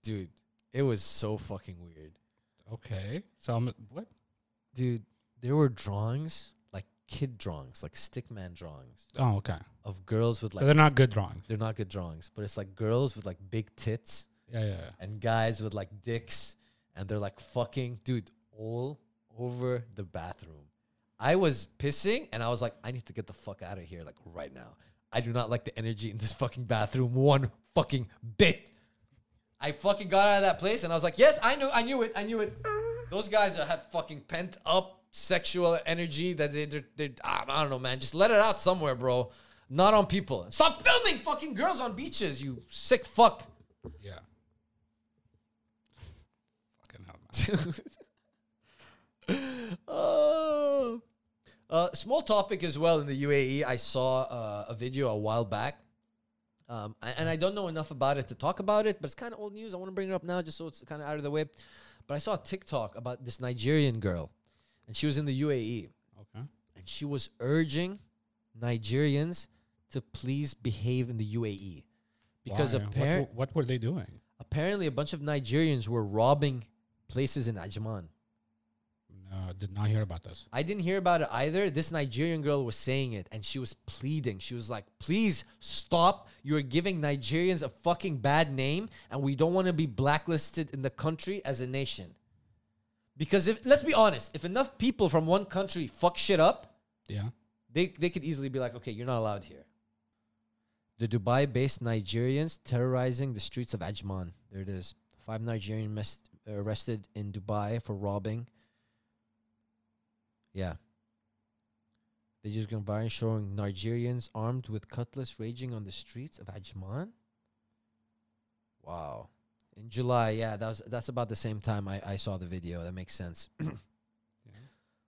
Speaker 1: dude. It was so fucking weird.
Speaker 2: Okay. So I'm what?
Speaker 1: Dude, there were drawings, like kid drawings, like stickman drawings
Speaker 2: Oh, okay.
Speaker 1: of girls with
Speaker 2: so they're
Speaker 1: like
Speaker 2: not good drawings.
Speaker 1: they're not good drawings, but it's like girls with like big tits
Speaker 2: Yeah, yeah, yeah.
Speaker 1: and guys with like dicks and they're like fucking dude all over the bathroom. I was pissing and I was like, I need to get the fuck out of here like right now. I do not like the energy in this fucking bathroom one fucking bit. I fucking got out of that place and I was like, yes, I knew, I knew it, I knew it. Those guys are, have fucking pent up sexual energy that they they they I I don't know, man. Just let it out somewhere, bro. Not on people. Stop filming fucking girls on beaches, you sick fuck.
Speaker 2: Yeah. Fucking hell, man.
Speaker 1: Oh. Uh, small topic as well in the UAE. I saw uh, a video a while back, um, a- and I don't know enough about it to talk about it, but it's kind of old news. I want to bring it up now just so it's kind of out of the way. But I saw a TikTok about this Nigerian girl, and she was in the UAE,
Speaker 2: Okay.
Speaker 1: and she was urging Nigerians to please behave in the UAE because
Speaker 2: Why? What
Speaker 1: apparently
Speaker 2: w- what were they doing?
Speaker 1: apparently a bunch of Nigerians were robbing places in Ajman.
Speaker 2: No, did not hear about this.
Speaker 1: I didn't hear about it either. This Nigerian girl was saying it and she was pleading. She was like, please stop. You're giving Nigerians a fucking bad name and we don't want to be blacklisted in the country as a nation. Because if, let's be honest, if enough people from one country fuck shit up,
Speaker 2: Yeah.
Speaker 1: they, they could easily be like, okay, you're not allowed here. The Dubai based Nigerians terrorizing the streets of Ajman. There it is. Five Nigerian mes- arrested in Dubai for robbing. Yeah. They just going by showing Nigerians armed with cutlass raging on the streets of Ajman. Wow. In July, yeah, that was that's about the same time I, I saw the video. That makes sense.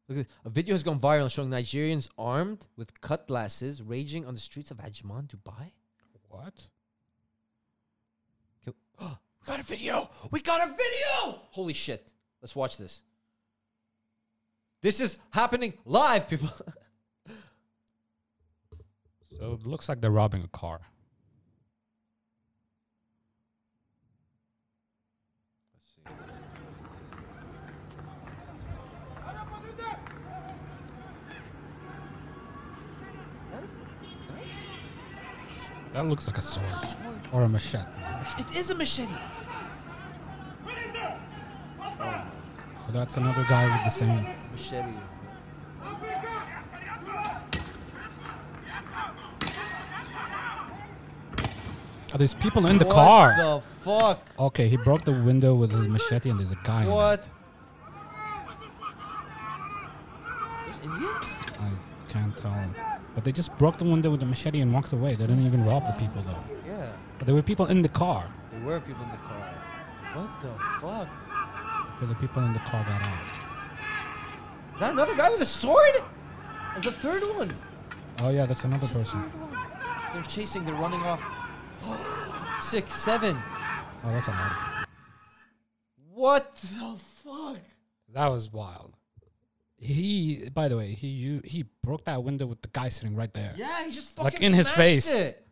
Speaker 1: Look at a video has gone viral showing Nigerians armed with cutlasses raging on the streets of Ajman, Dubai.
Speaker 2: What?
Speaker 1: Okay. we got a video. We got a video. Holy shit! Let's watch this. This is happening live, people.
Speaker 2: So it looks like they're robbing a car. That looks like a sword or a machete.
Speaker 1: it is a machete.
Speaker 2: Oh, that's another guy with the same.
Speaker 1: Machete.
Speaker 2: Oh, there's people in the
Speaker 1: what
Speaker 2: car.
Speaker 1: the fuck?
Speaker 2: okay, he broke the window with his machete, and there's a guy. in it.
Speaker 1: What? There's Indians?
Speaker 2: I can't tell. But they just broke the window with a machete and walked away. They didn't even rob the people though.
Speaker 1: Yeah,
Speaker 2: But there were people in the car.
Speaker 1: there were people in the car. What the fuck?
Speaker 2: Okay, the people in the car got out.
Speaker 1: Is that another guy with a sword? There's a third one.
Speaker 2: Oh yeah, that's another person.
Speaker 1: They're chasing, they're running off. Six, seven.
Speaker 2: Oh, that's a lot.
Speaker 1: What the fuck?
Speaker 2: That was wild. He, by the way, he you, he broke that window with the guy sitting right there.
Speaker 1: Yeah, he just fucking
Speaker 2: Like, in his
Speaker 1: smashed
Speaker 2: face.
Speaker 1: It.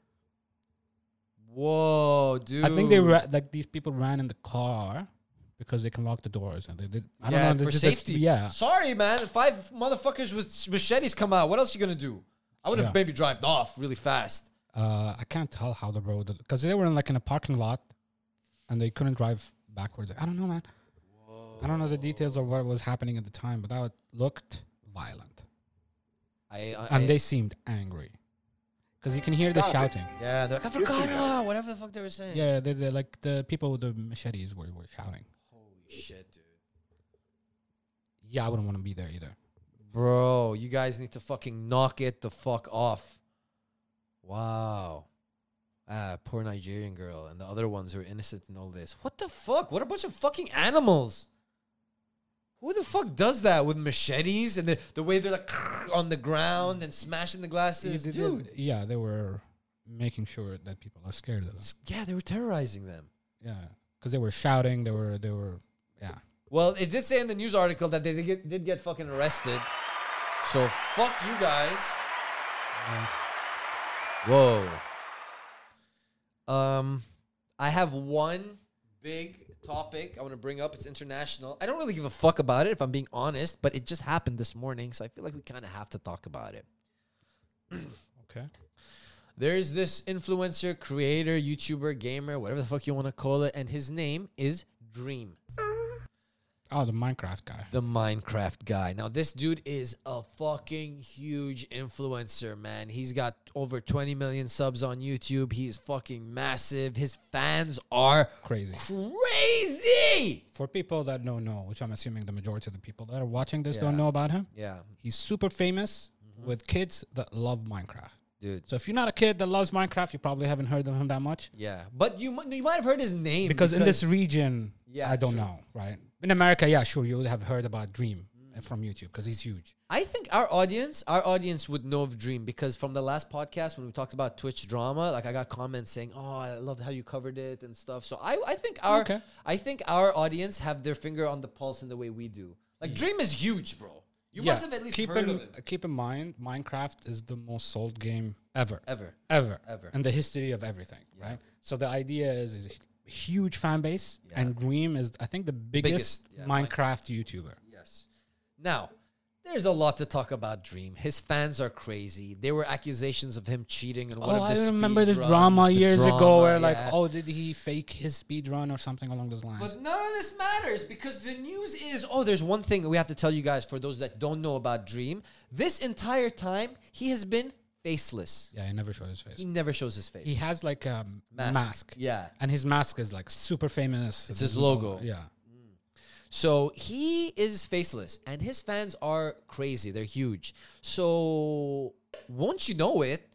Speaker 1: Whoa, dude.
Speaker 2: I think they ra- like these people ran in the car because they can lock the doors and they did.
Speaker 1: yeah,
Speaker 2: I don't know they
Speaker 1: for
Speaker 2: just-
Speaker 1: safety.
Speaker 2: yeah,
Speaker 1: Sorry, man. If Five motherfuckers with s- machetes come out. What else you gonna do? I would have
Speaker 2: Yeah.
Speaker 1: maybe drived off really fast.
Speaker 2: uh, I can't tell how the road because they were in like in a parking lot, and they couldn't drive backwards. I don't know, man. I don't know the details of what was happening at the time, but that looked violent,
Speaker 1: I, I
Speaker 2: and
Speaker 1: I-
Speaker 2: they seemed angry because you can hear the shouting.
Speaker 1: yeah, they're like, Africana, whatever the fuck they were saying.
Speaker 2: Yeah, they, they like the people with the machetes were, were shouting.
Speaker 1: Holy shit, dude.
Speaker 2: Yeah, I wouldn't want to be there either.
Speaker 1: Bro, you guys need to fucking knock it the fuck off. Wow. Ah, poor Nigerian girl and the other ones who are innocent in all this. What the fuck? What a bunch of fucking animals. Who the fuck does that with machetes and the, the way they're like on the ground and smashing the glasses?
Speaker 2: They- they-
Speaker 1: Dude.
Speaker 2: Yeah, they were making sure that people are scared of them.
Speaker 1: Yeah, they were terrorizing them.
Speaker 2: Yeah, because they were shouting. They were they were yeah.
Speaker 1: Well, it did say in the news article that they did get, did get fucking arrested. So fuck you guys. Whoa. Um, I have one big topic I want to bring up. It's international. I don't really give a fuck about it if I'm being honest, but it just happened this morning, so I feel like we kind of have to talk about it.
Speaker 2: Okay.
Speaker 1: There's this influencer, creator, YouTuber, gamer, whatever the fuck you want to call it, and his name is Dream.
Speaker 2: Oh, the Minecraft guy.
Speaker 1: the Minecraft guy. Now this dude is a fucking huge influencer, man. He's got over 20 million subs on YouTube. He's fucking massive. His fans are
Speaker 2: Crazy.
Speaker 1: crazy.
Speaker 2: For people that don't know, which I'm assuming the majority of the people that are watching this
Speaker 1: Yeah.
Speaker 2: don't know about him,
Speaker 1: Yeah, Mm-hmm.
Speaker 2: he's super famous with kids that love Minecraft.
Speaker 1: dude.
Speaker 2: So if you're not a kid that loves Minecraft, you probably haven't heard of him that much.
Speaker 1: Yeah, but you mi- you might have heard his name
Speaker 2: Because, in this region,
Speaker 1: Yeah,
Speaker 2: I don't
Speaker 1: true.
Speaker 2: know, right? In America, yeah, sure, you would have heard about Dream
Speaker 1: Mm.
Speaker 2: uh, from YouTube because he's huge.
Speaker 1: I think our audience, our audience would know of Dream because from the last podcast when we talked about Twitch drama, like I got comments saying, "Oh, I loved how you covered it and stuff." So I, I think our,
Speaker 2: Okay.
Speaker 1: I think our audience have their finger on the pulse in the way we do. Like Dream is huge, bro. You must have at least
Speaker 2: Mm. keep
Speaker 1: heard
Speaker 2: in,
Speaker 1: of it.
Speaker 2: Keep in mind, Minecraft is the most sold game ever,
Speaker 1: Ever.
Speaker 2: ever,
Speaker 1: Ever.
Speaker 2: in the history of everything. Right. So the idea is, is a huge fan base, and Dream is, I think, the biggest,
Speaker 1: Biggest, yeah,
Speaker 2: Minecraft YouTuber.
Speaker 1: Yes. Now, there's a lot to talk about Dream. His fans are crazy. There were accusations of him cheating and one
Speaker 2: Oh,
Speaker 1: of the
Speaker 2: I
Speaker 1: speed
Speaker 2: remember this
Speaker 1: runs,
Speaker 2: drama
Speaker 1: the
Speaker 2: years
Speaker 1: drama,
Speaker 2: ago where, like,
Speaker 1: yeah.
Speaker 2: oh, did he fake his speed run or something along those lines?
Speaker 1: But none of this matters because the news is oh, there's one thing we have to tell you guys for those that don't know about Dream. This entire time, he has been faceless.
Speaker 2: yeah, he never showed his
Speaker 1: He
Speaker 2: face.
Speaker 1: never shows his face.
Speaker 2: He has like a m-
Speaker 1: Mask.
Speaker 2: mask.
Speaker 1: Yeah.
Speaker 2: and his mask is like super famous.
Speaker 1: It's his logo.
Speaker 2: Yeah,
Speaker 1: So he is faceless and his fans are crazy. They're huge. So won't you know it,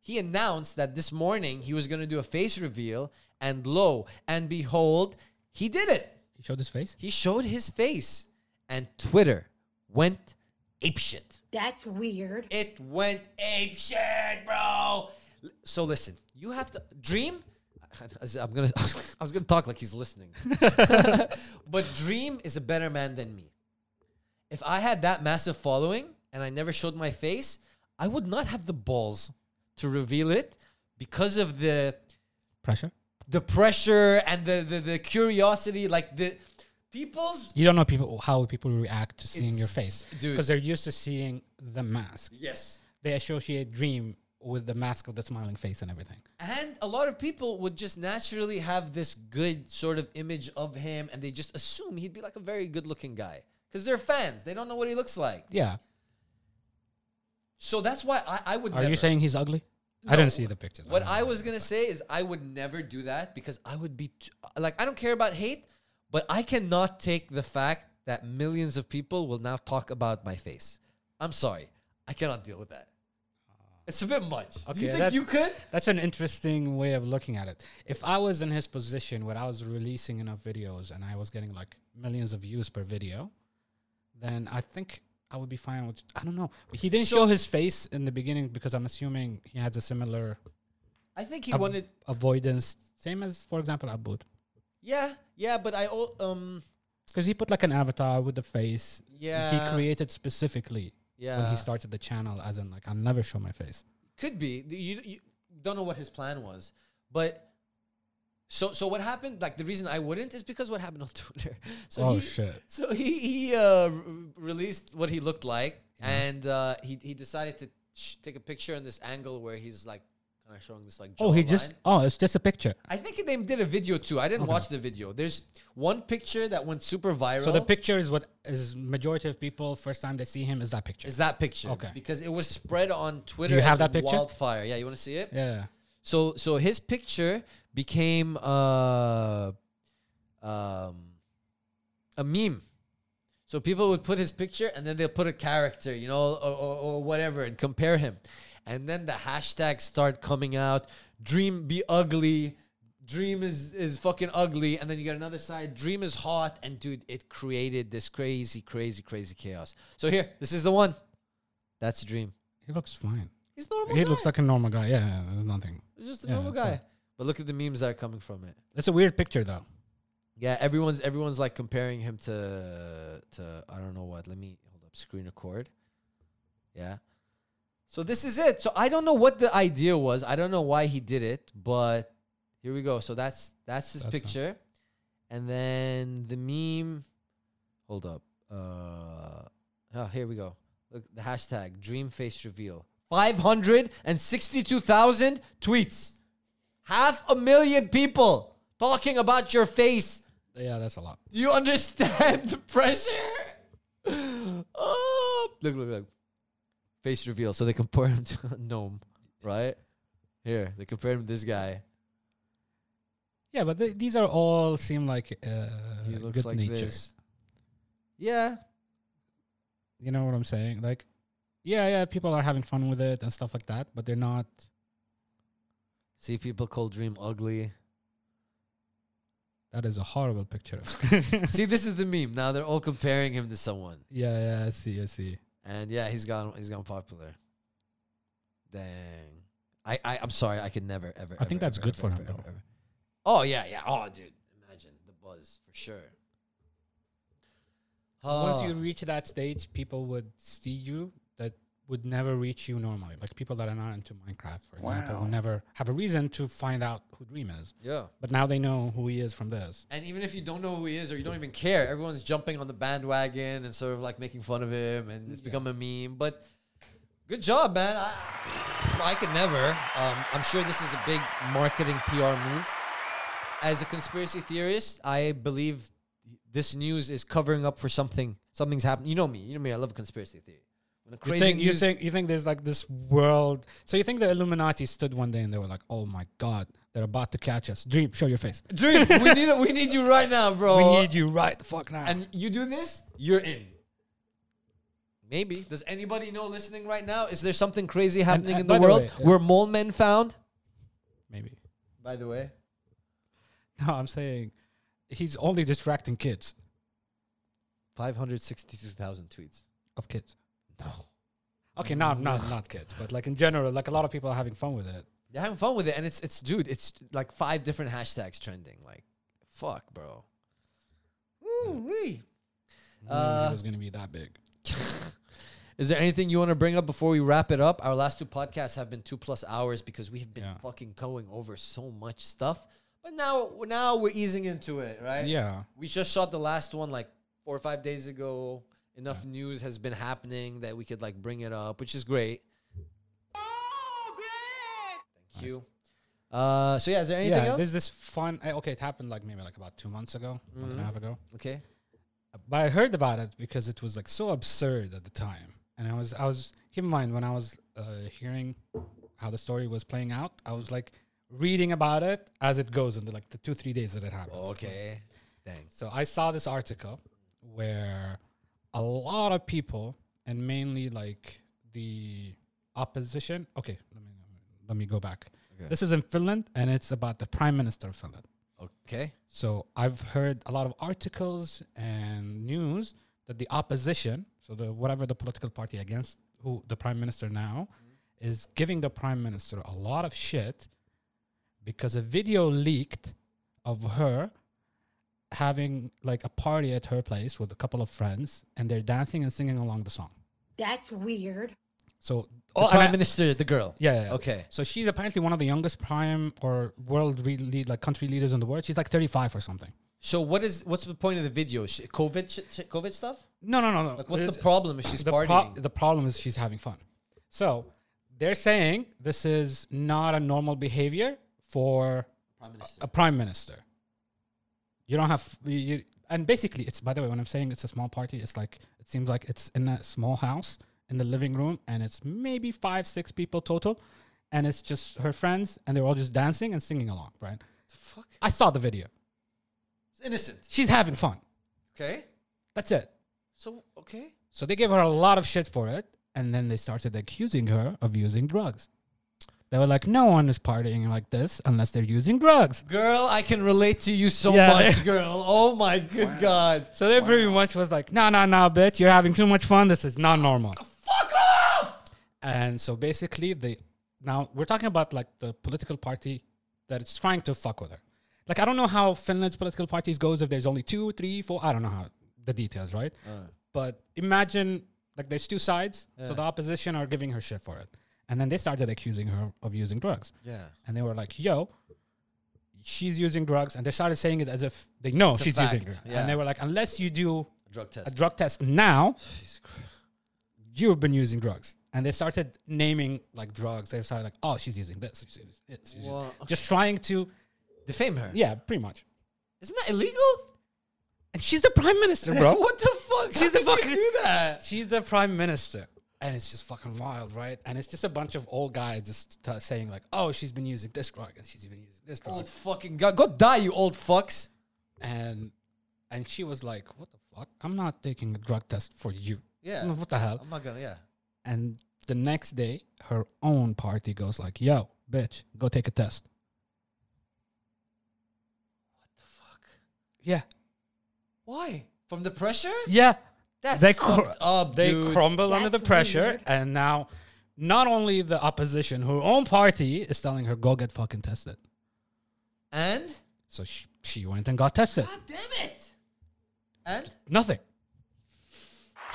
Speaker 1: he announced that this morning he was going to do a face reveal and lo and behold, he did it.
Speaker 2: he showed his face.
Speaker 1: He showed his face and Twitter went apeshit.
Speaker 7: That's weird.
Speaker 1: It went ape shit, bro. L- So listen, you have to dream. I'm gonna. I was gonna talk like he's listening, but Dream is a better man than me. If I had that massive following and I never showed my face, I would not have the balls to reveal it because of the
Speaker 2: Pressure.
Speaker 1: the pressure and the the, the curiosity. Like the people's
Speaker 2: You don't know people how people react to seeing your
Speaker 1: It's-
Speaker 2: face
Speaker 1: dude.
Speaker 2: because they're used to seeing the mask.
Speaker 1: yes.
Speaker 2: They associate dream with the mask of the smiling face and everything.
Speaker 1: And a lot of people would just naturally have this good sort of image of him, and they just assume he'd be like a very good looking guy because they're fans. They don't know what he looks like.
Speaker 2: Yeah.
Speaker 1: So that's why I, I would
Speaker 2: Are
Speaker 1: never.
Speaker 2: you saying he's ugly? I
Speaker 1: No.
Speaker 2: didn't see the pictures.
Speaker 1: what
Speaker 2: don't
Speaker 1: I
Speaker 2: know.
Speaker 1: was going to say is I would never do that because I would be t- like, I don't care about hate, but I cannot take the fact that millions of people will now talk about my face. I'm sorry. I cannot deal with that. It's a bit much. do you
Speaker 2: Okay,
Speaker 1: think
Speaker 2: that-
Speaker 1: you could?
Speaker 2: That's an interesting way of looking at it. If I was in his position where I was releasing enough videos and I was getting like millions of views per video, then I think I would be fine with I don't know. But he didn't
Speaker 1: So-
Speaker 2: show his face in the beginning because I'm assuming he has a similar
Speaker 1: I think he
Speaker 2: av-
Speaker 1: wanted.
Speaker 2: avoidance same as for example Abud.
Speaker 1: Yeah, yeah, but I al- um
Speaker 2: Because he put like an avatar with the face
Speaker 1: Yeah.
Speaker 2: he created specifically when
Speaker 1: yeah.
Speaker 2: he started the channel, as in like I'll never show my face.
Speaker 1: Could be. You, you don't know what his plan was, but so so what happened? Like the reason I wouldn't is because what happened on Twitter. So
Speaker 2: Oh,
Speaker 1: he,
Speaker 2: shit.
Speaker 1: So he he uh, r- released what he looked like,
Speaker 2: Mm-hmm.
Speaker 1: and uh, he he decided to sh- take a picture in this angle where he's like kind of showing this like.
Speaker 2: Oh, he just
Speaker 1: jawline.
Speaker 2: oh, it's just a picture.
Speaker 1: I think they did a video too. I didn't watch the video. There's one picture that went super viral.
Speaker 2: So the picture is what is majority of people first time they see him is that picture.
Speaker 1: is that picture.
Speaker 2: Okay.
Speaker 1: Because it was spread on Twitter.
Speaker 2: you have
Speaker 1: as
Speaker 2: that picture?
Speaker 1: Wildfire. Yeah, you want to see it?
Speaker 2: yeah.
Speaker 1: So so his picture became uh, um, a meme. So people would put his picture and then they'll put a character, you know, or, or, or whatever, and compare him. And then the hashtags start coming out. Dream be ugly. Dream is is fucking ugly. And then you got another side. Dream is hot. And dude, it created this crazy, crazy, crazy chaos. So here, this is the one. That's Dream.
Speaker 2: He looks fine.
Speaker 1: He's a normal.
Speaker 2: He
Speaker 1: guy.
Speaker 2: looks like a normal guy. Yeah, yeah, there's nothing.
Speaker 1: He's just a
Speaker 2: Yeah,
Speaker 1: normal
Speaker 2: that's
Speaker 1: guy.
Speaker 2: right.
Speaker 1: But look at the memes that are coming from it.
Speaker 2: It's a weird picture though.
Speaker 1: Yeah, everyone's everyone's like comparing him to to I don't know what. Let me hold up screen record. Yeah. So this is it. So I don't know what the idea was. I don't know why he did it, but here we go. So that's that's his
Speaker 2: That's him.
Speaker 1: picture. And then the meme hold up. Uh oh, here we go. Look the hashtag dream face reveal. 562,000 tweets. Half a million people talking about your face
Speaker 2: Yeah, that's a lot.
Speaker 1: Do you understand the pressure? Oh, look, look, look. Face reveal. So they compare him to a gnome, right? Here, they compare him to this guy.
Speaker 2: Yeah, but th- these are all seem like uh,
Speaker 1: He looks
Speaker 2: good
Speaker 1: like
Speaker 2: nature.
Speaker 1: this. Yeah.
Speaker 2: You know what I'm saying? Like, yeah, yeah, people are having fun with it and stuff like that, but they're not.
Speaker 1: See, people call Dream ugly.
Speaker 2: That is a horrible picture. yeah,
Speaker 1: See, this is the meme. Now they're all comparing him to someone.
Speaker 2: yeah, I see, I see.
Speaker 1: And yeah, he's gone. He's gone popular. Dang. I, I I'm sorry. I could never ever.
Speaker 2: I think
Speaker 1: ever,
Speaker 2: that's
Speaker 1: ever,
Speaker 2: good
Speaker 1: ever,
Speaker 2: for
Speaker 1: ever,
Speaker 2: him,
Speaker 1: ever,
Speaker 2: though.
Speaker 1: ever. Oh yeah, yeah. Oh dude, imagine the buzz for sure.
Speaker 2: Once
Speaker 1: Oh,
Speaker 2: you reach that stage, people would see you that would never reach you normally. Like people that are not into Minecraft, for example,
Speaker 5: Wow.
Speaker 2: will never have a reason to find out who Dream is.
Speaker 1: yeah.
Speaker 2: But now they know who he is from this.
Speaker 1: And even if you don't know who he is or you don't even care, everyone's jumping on the bandwagon and sort of like making fun of him, and it's become a meme. But good job, man. I, I could never. Um, I'm sure this is a big marketing PR move. As a conspiracy theorist, I believe this news is covering up for something. Something's happened. You know me. You know me. I love conspiracy theory. When a
Speaker 2: You
Speaker 1: crazy
Speaker 2: think, you
Speaker 1: news-
Speaker 2: think you think there's like this world. So you think the Illuminati stood one day and they were like, "Oh my God, they're about to catch us." Dream, show your face.
Speaker 1: Dream, we need we need you right now, bro.
Speaker 2: We need you right the fuck now.
Speaker 1: Oh. and you do this, you're in. Maybe. Does anybody know listening right now? Is there something crazy happening
Speaker 2: uh,
Speaker 1: in the
Speaker 2: by the
Speaker 1: world?
Speaker 2: way, uh,
Speaker 1: Were mole men found?
Speaker 2: maybe.
Speaker 1: By the way.
Speaker 2: No, I'm saying he's only distracting kids
Speaker 1: 562,000 tweets.
Speaker 2: of kids.
Speaker 1: No.
Speaker 2: Okay, not not not kids, but like in general, like a lot of people are having fun with it.
Speaker 1: They're having fun with it. And it's, it's dude, it's like five different hashtags trending. Like, fuck, bro. Woo-wee. Uh,
Speaker 2: I didn't know it was gonna be that big.
Speaker 1: Is there anything you want to bring up before we wrap it up? Our last two podcasts have been two plus hours because we have been
Speaker 2: Yeah.
Speaker 1: fucking going over so much stuff. But now, now we're easing into it, right?
Speaker 2: Yeah,
Speaker 1: We just shot the last one like four or five days ago. Enough news has been happening that we could like bring it up, which is great. Thank you. Uh, so yeah, is there anything
Speaker 2: yeah.
Speaker 1: else?
Speaker 2: There's this fun. uh, Okay, it happened like maybe like about two months ago, month and
Speaker 1: Mm.
Speaker 2: a half ago.
Speaker 1: okay.
Speaker 2: but I heard about it because it was like so absurd at the time. And I was, I was, keep in mind when I was uh, hearing how the story was playing out, I was like reading about it as it goes in the like the two three days that it happens.
Speaker 1: Okay. Thanks.
Speaker 2: So I saw this article where a lot of people and mainly like the opposition. Okay, let me let me go back.
Speaker 1: Okay.
Speaker 2: This is in Finland and it's about the prime minister of Finland.
Speaker 1: Okay.
Speaker 2: So I've heard a lot of articles and news that the opposition, so the whatever the political party against who the prime minister now is giving the prime minister a lot of shit because a video leaked of her having like a party at her place with a couple of friends and they're dancing and singing along the song.
Speaker 7: That's weird.
Speaker 2: So
Speaker 1: the
Speaker 2: Oh, and
Speaker 1: prime
Speaker 2: I-
Speaker 1: minister, the girl.
Speaker 2: yeah, yeah, yeah.
Speaker 1: Okay.
Speaker 2: So she's apparently one of the youngest prime or world re- lead, like country leaders in the world. She's like 35 or something.
Speaker 1: So what is what's the point of the video? Sh- COVID, sh- sh- COVID stuff.
Speaker 2: No, no, no, no.
Speaker 1: Like, what's
Speaker 2: It's-
Speaker 1: the problem if she's
Speaker 2: the, pro-
Speaker 1: partying?
Speaker 2: the problem is she's having fun. So they're saying this is not a normal behavior for
Speaker 1: prime minister.
Speaker 2: a prime minister. You don't have you, you- and basically it's by the way when I'm saying it's a small party, it's like it seems like it's in a small house in the living room, and it's maybe five six people total, and it's just her friends, and they're all just dancing and singing along. Right?
Speaker 1: the fuck?
Speaker 2: I saw the video.
Speaker 1: It's innocent.
Speaker 2: She's having fun.
Speaker 1: Okay.
Speaker 2: That's it.
Speaker 1: So okay.
Speaker 2: So they gave her a lot of shit for it, and then they started accusing her of using drugs. They were like, "No one is partying like this unless they're using drugs."
Speaker 1: Girl, I can relate to you so
Speaker 2: Yeah,
Speaker 1: much,
Speaker 2: they-
Speaker 1: girl. Oh my good god.
Speaker 2: So they pretty much was like, "No, no, no, bitch, you're having too much fun. This is not normal."
Speaker 1: Fuck off!
Speaker 2: And so basically, they now we're talking about like the political party that is trying to fuck with her. Like I don't know how Finland's political parties goes if there's only two, three, four. I don't know how the details, right? But imagine like there's two sides, so the opposition are giving her shit for it, and then they started accusing her of using drugs.
Speaker 1: Yeah.
Speaker 2: and they were like, "Yo, she's using drugs," and they started saying it as if they know
Speaker 1: a
Speaker 2: she's
Speaker 1: fact,
Speaker 2: using drugs.
Speaker 1: yeah.
Speaker 2: And they were like, "Unless you do
Speaker 1: Drug test.
Speaker 2: a drug test now, you've been using drugs." And they started naming like drugs. They started like, "Oh, she's using this. She's using it. She's using
Speaker 1: Wow.
Speaker 2: Just trying to,
Speaker 1: Defame her.
Speaker 2: yeah, pretty much.
Speaker 1: Isn't that illegal?
Speaker 2: And she's the prime minister, bro.
Speaker 1: What the fuck?
Speaker 2: She's the
Speaker 1: How did
Speaker 2: fucking
Speaker 1: they do that.
Speaker 2: She's the prime minister. And it's just fucking wild, right? And it's just a bunch of old guys just t- saying like, "Oh, she's been using this drug, and she's been using this drug."
Speaker 1: Old fucking god, go die, you old fucks.
Speaker 2: and and she was like, "What the fuck? I'm not taking a drug test for you."
Speaker 1: Yeah.
Speaker 2: I'm like, Mm, what the hell?
Speaker 1: I'm not gonna. Yeah.
Speaker 2: And the next day, her own party goes like, "Yo, bitch, go take a test."
Speaker 1: Fuck.
Speaker 2: Yeah,
Speaker 1: Why? From the pressure?
Speaker 2: yeah.
Speaker 1: That's
Speaker 2: they
Speaker 1: fucked
Speaker 2: cr-
Speaker 1: up,
Speaker 2: They
Speaker 1: dude.
Speaker 2: crumble under the
Speaker 7: That's
Speaker 2: pressure,
Speaker 7: weird.
Speaker 2: and now not only the opposition, her own party is telling her, "Go get fucking tested."
Speaker 1: And?
Speaker 2: So she, she went and got tested.
Speaker 1: God damn it. And?
Speaker 2: Nothing.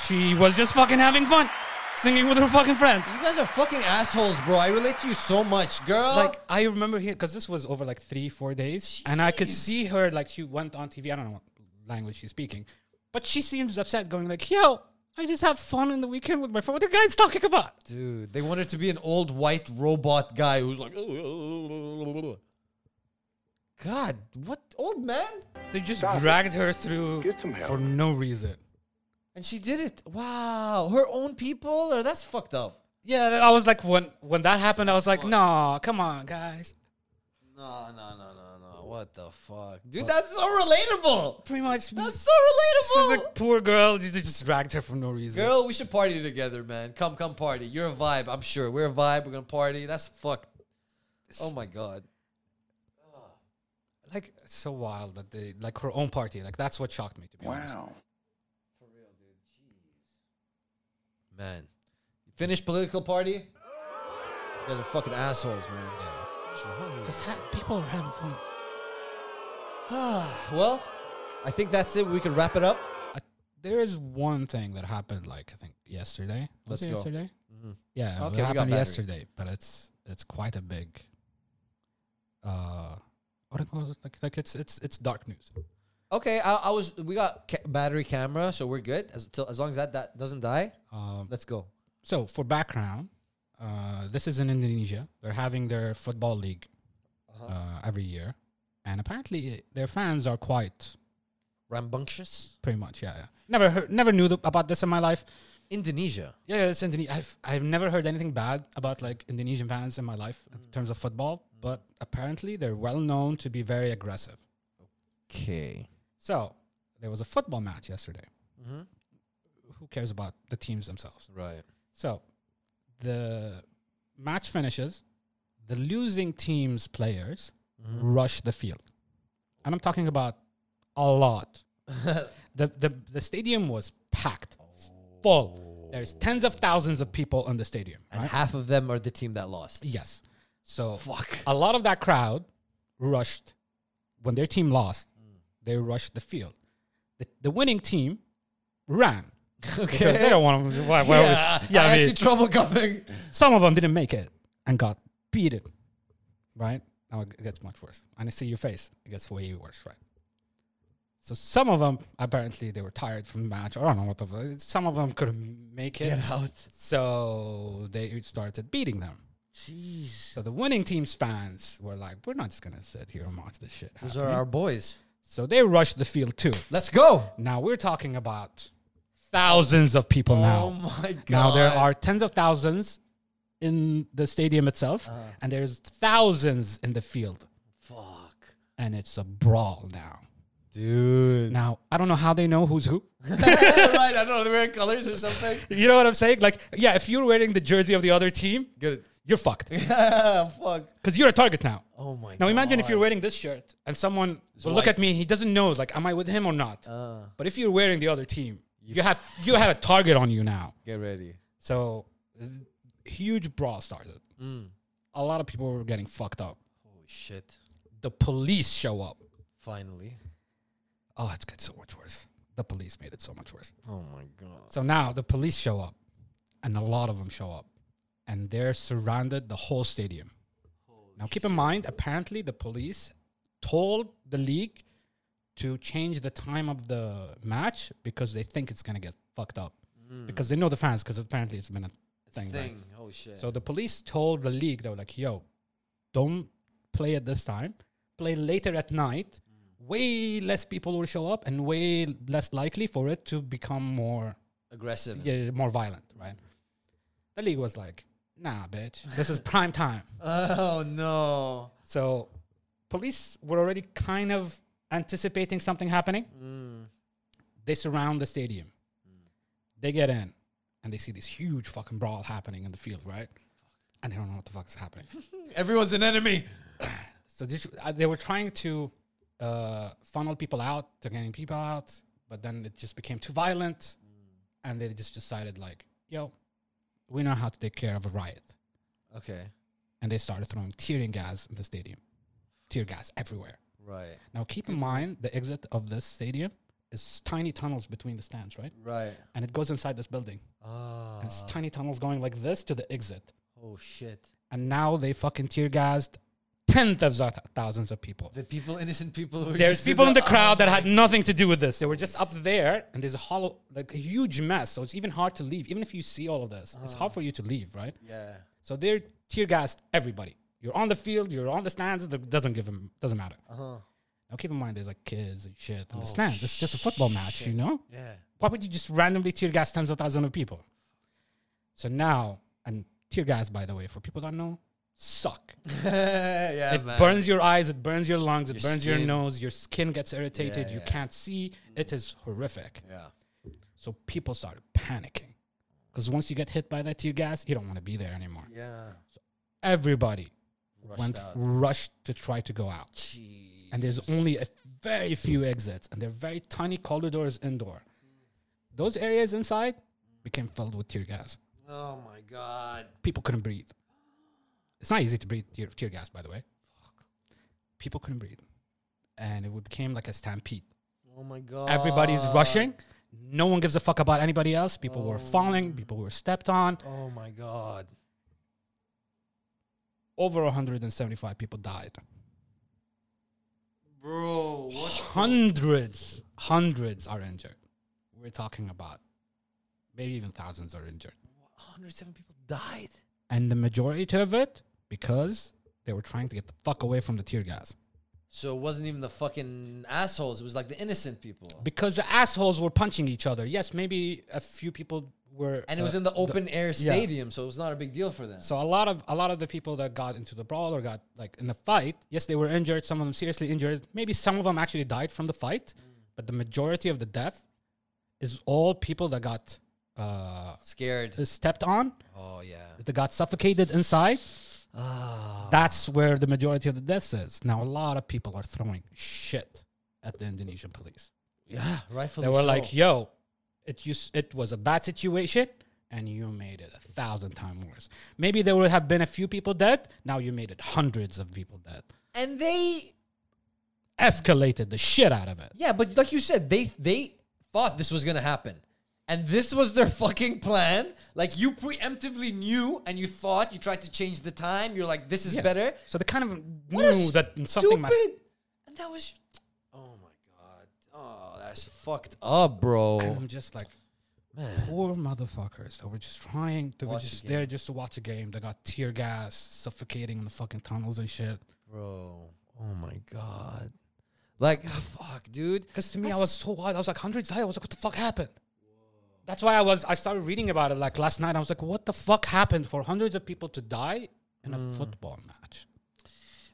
Speaker 2: She was just fucking having fun, singing with her fucking friends.
Speaker 1: You guys are fucking assholes, bro. I relate to you so much, girl.
Speaker 2: Like I remember here because this was over like three, four days, and I could
Speaker 1: Jeez.
Speaker 2: see her like she went on TV. I don't know what language she's speaking, but she seems upset, going like, "Yo, I just have fun in the weekend with my friend. What are guys talking about?"
Speaker 1: dude, they wanted to be an old white robot guy who's like. God, what old man?
Speaker 2: They just dragged her through
Speaker 5: Get some help.
Speaker 2: for no reason.
Speaker 1: And she did it. Wow, her own people, or that's fucked up.
Speaker 2: Yeah, I was like, when when that happened, I was like, "No, come on, guys."
Speaker 1: No, no, no, no, no. What the fuck, dude? That's so relatable.
Speaker 2: Pretty much,
Speaker 1: That's so relatable.
Speaker 2: This is a poor girl. You just dragged her for no reason.
Speaker 1: Girl, we should party together, man. Come, come party. You're a vibe, I'm sure. We're a vibe. We're gonna party. That's fucked. Oh my god.
Speaker 2: like it's so wild that they like her own party. Like that's what shocked me to be honest.
Speaker 5: Wow.
Speaker 1: Man. Finnish political party? You guys are fucking assholes, man. Yeah.
Speaker 2: Just ha- people are having fun.
Speaker 1: Well, I think that's it. We can wrap it up.
Speaker 2: I, there is one thing that happened like I think yesterday.
Speaker 1: Let's
Speaker 2: Was it
Speaker 1: go.
Speaker 2: yesterday? Yeah,
Speaker 1: Mm-hmm. Okay, we
Speaker 2: it
Speaker 1: got
Speaker 2: happened
Speaker 1: battery.
Speaker 2: yesterday, but it's it's quite a big. Uh, what do you call it? Like like it's it's it's dark news.
Speaker 1: Okay, I, I was. We got ca- battery camera, so we're good. As till, as long as that that doesn't die,
Speaker 2: Um,
Speaker 1: let's go.
Speaker 2: so for background, uh, this is in Indonesia. They're having their football league
Speaker 1: Uh-huh.
Speaker 2: uh, every year, and apparently their fans are quite
Speaker 1: Rambunctious
Speaker 2: pretty much yeah. yeah. Never heard, never knew th- about this in my life.
Speaker 1: Indonesia.
Speaker 2: Yeah, it's Indone- I've I've never heard anything bad about like Indonesian fans in my life in terms of football, but apparently they're well known to be very aggressive.
Speaker 1: Okay.
Speaker 2: So there was a football match yesterday. Who cares about the teams themselves?
Speaker 1: Right.
Speaker 2: So the match finishes. The losing team's players
Speaker 1: Mm-hmm.
Speaker 2: rush the field, and I'm talking about a lot. the, the the stadium was packed, full. There's tens of thousands of people in the stadium.
Speaker 1: Oh. And
Speaker 2: right?
Speaker 1: half of them are the team that lost.
Speaker 2: Yes. So
Speaker 1: Fuck.
Speaker 2: a lot of that crowd rushed when their team lost.
Speaker 1: Mm.
Speaker 2: They rushed the field. The, the winning team ran. Because they don't want to. Why, why would-
Speaker 1: yeah,
Speaker 2: yeah,
Speaker 1: I,
Speaker 2: I mean,
Speaker 1: see trouble coming.
Speaker 2: some of them didn't make it and got beaten. Right? Now it gets much worse. And I see your face. It gets way worse, right? So some of them apparently they were tired from the match. I don't know what the fuck. Some of them couldn't make it.
Speaker 1: Get out.
Speaker 2: So they started beating them.
Speaker 1: Jeez.
Speaker 2: So the winning team's fans were like, "We're not just gonna sit here and watch this shit."
Speaker 1: Those
Speaker 2: happen."
Speaker 1: are our boys.
Speaker 2: So they rushed the field too.
Speaker 1: Let's go.
Speaker 2: Now we're talking about thousands of people
Speaker 1: Oh
Speaker 2: now.
Speaker 1: my god.
Speaker 2: Now there are tens of thousands in the stadium itself,
Speaker 1: Uh-huh.
Speaker 2: and there's thousands in the field,
Speaker 1: fuck.
Speaker 2: and it's a brawl now.
Speaker 1: Dude.
Speaker 2: Now I don't know how they know who's who.
Speaker 1: right, I don't know, they're wearing colors or something.
Speaker 2: You know what I'm saying? Like, yeah, if you're wearing the jersey of the other team,
Speaker 1: Good.
Speaker 2: you're fucked
Speaker 1: fuck.
Speaker 2: because you're a target now.
Speaker 1: Oh my god.
Speaker 2: Now imagine if you're wearing this shirt and someone will look at me. He doesn't know like am I with him or not.
Speaker 1: Uh.
Speaker 2: but if you're wearing the other team, you, have you have a target on you now.
Speaker 1: Get ready.
Speaker 2: So th- huge brawl started. A lot of people were getting fucked up.
Speaker 1: Holy shit.
Speaker 2: The police show up.
Speaker 1: Finally.
Speaker 2: Oh, it's got so much worse. The police made it so much worse.
Speaker 1: Oh my god.
Speaker 2: So now the police show up, and a lot of them show up, and they're surrounded the whole stadium. now keep in mind, apparently the police told the league to change the time of the match because they think it's gonna get fucked up because they know the fans because apparently Mm. it's been a thing. right?
Speaker 1: Thing. Oh shit.
Speaker 2: So the police told the league they were like, "Yo, don't play at this time. Play later at night way less people will show up and way less likely for it to become more
Speaker 1: Aggressive.
Speaker 2: yeah, more violent, right? The league was like, nah, bitch, this is prime time.
Speaker 1: Oh no.
Speaker 2: So police were already kind of anticipating something happening. They surround the stadium. They get in and they see this huge fucking brawl happening in the field, right? And they don't know what the fuck's happening.
Speaker 1: Everyone's an enemy.
Speaker 2: so this, uh, they were trying to uh, funnel people out. They're getting people out, but then it just became too violent, and they just decided like, "Yo, we know how to take care of a riot,"
Speaker 1: Okay.
Speaker 2: and they started throwing tearing gas in the stadium, tear gas everywhere.
Speaker 1: Right.
Speaker 2: Now keep in mind the exit of this stadium is tiny tunnels between the stands, right?
Speaker 1: Right.
Speaker 2: And it goes inside this building.
Speaker 1: Oh,
Speaker 2: And it's tiny tunnels going like this to the exit.
Speaker 1: oh shit.
Speaker 2: And now they fucking tear gassed tens of thou- thousands of people.
Speaker 1: The people, innocent people. Who were
Speaker 2: There's
Speaker 1: just
Speaker 2: people in the
Speaker 1: oh,
Speaker 2: crowd that had nothing to do with this. They were just up there, and there's a hollow, like a huge mess. So it's even hard to leave. Even if you see all of this, it's hard for you to leave, right?
Speaker 1: Oh, Yeah.
Speaker 2: So they're tear gassed everybody. You're on the field, you're on the stands. It doesn't give them, doesn't matter. Now keep in mind, there's like kids and shit on the stands. It's just a football match, you know?
Speaker 1: Yeah.
Speaker 2: Why would you just randomly tear gas tens of thousands of people? So now, and tear gas, by the way, for people that know, suck
Speaker 1: yeah.
Speaker 2: it
Speaker 1: man.
Speaker 2: burns your eyes, it burns your lungs, it
Speaker 1: Your
Speaker 2: burns your
Speaker 1: skin.
Speaker 2: nose, your skin gets irritated,
Speaker 1: Yeah,
Speaker 2: you
Speaker 1: yeah.
Speaker 2: can't see. It is horrific.
Speaker 1: Yeah.
Speaker 2: So people started panicking. Because once you get hit by that tear gas, you don't want to be there anymore.
Speaker 1: Yeah.
Speaker 2: Everybody
Speaker 1: Rushed
Speaker 2: went
Speaker 1: out.
Speaker 2: rushed to try to go out.
Speaker 1: Gee.
Speaker 2: And there's only a f- very few exits, and they're very tiny corridors indoor.
Speaker 1: Hmm.
Speaker 2: Those areas inside became filled with tear gas.
Speaker 1: Oh my god.
Speaker 2: People couldn't breathe. It's not easy to breathe tear, tear gas, by the way. People couldn't breathe. And it became like a stampede.
Speaker 1: Oh my god.
Speaker 2: Everybody's rushing. No one gives a fuck about anybody else. People were falling. People were stepped on.
Speaker 1: Oh my god.
Speaker 2: Over 175 people died.
Speaker 1: Bro, what?
Speaker 2: Hundreds, hundreds are injured. We're talking about maybe even thousands are injured.
Speaker 1: 107 people died.
Speaker 2: And the majority of it because they were trying to get the fuck away from the tear gas.
Speaker 1: So it wasn't even the fucking assholes. It was like the innocent people.
Speaker 2: Because the assholes were punching each other. Yes, maybe a few people were.
Speaker 1: And it was
Speaker 2: uh,
Speaker 1: in the open air stadium, so it was not a big deal for them.
Speaker 2: So a lot of a lot of the people that got into the brawl or got like in the fight, yes, they were injured. Some of them seriously injured. Maybe some of them actually died from the fight, but the majority of the death is all people that got uh,
Speaker 1: Scared.
Speaker 2: s- stepped on,
Speaker 1: Oh yeah.
Speaker 2: that got suffocated inside.
Speaker 1: Ah.
Speaker 2: That's where the majority of the deaths is. Now a lot of people are throwing shit at the Indonesian police.
Speaker 1: Yeah, rightfully
Speaker 2: They were
Speaker 1: so.
Speaker 2: like, "Yo, it used, it was a bad situation, and you made it a thousand times worse. Maybe there would have been a few people dead. Now you made it hundreds of people dead.
Speaker 1: and they
Speaker 2: Escalated the shit out of it.
Speaker 1: Yeah, but like you said, they they thought this was gonna happen, and this was their fucking plan. Like you preemptively knew, and you thought you tried to change the time. You're like, this is
Speaker 2: Yeah.
Speaker 1: better.
Speaker 2: So they kind of
Speaker 1: What a
Speaker 2: knew that something might.
Speaker 1: stupid- And that was. Oh my god. Oh, that's fucked up, bro.
Speaker 2: I'm just like, poor motherfuckers that were just trying. They were
Speaker 1: Watch the
Speaker 2: just there just to watch a game. They got tear gas, suffocating in the fucking tunnels and shit.
Speaker 1: Bro. Oh my god. Like fuck, dude.
Speaker 2: Because to me, I was so wild. I was like, hundreds died. I was like, what the fuck happened? That's why I was. I started reading about it like last night. I was like, what the fuck happened for hundreds of people to die in a
Speaker 1: Mm.
Speaker 2: football match?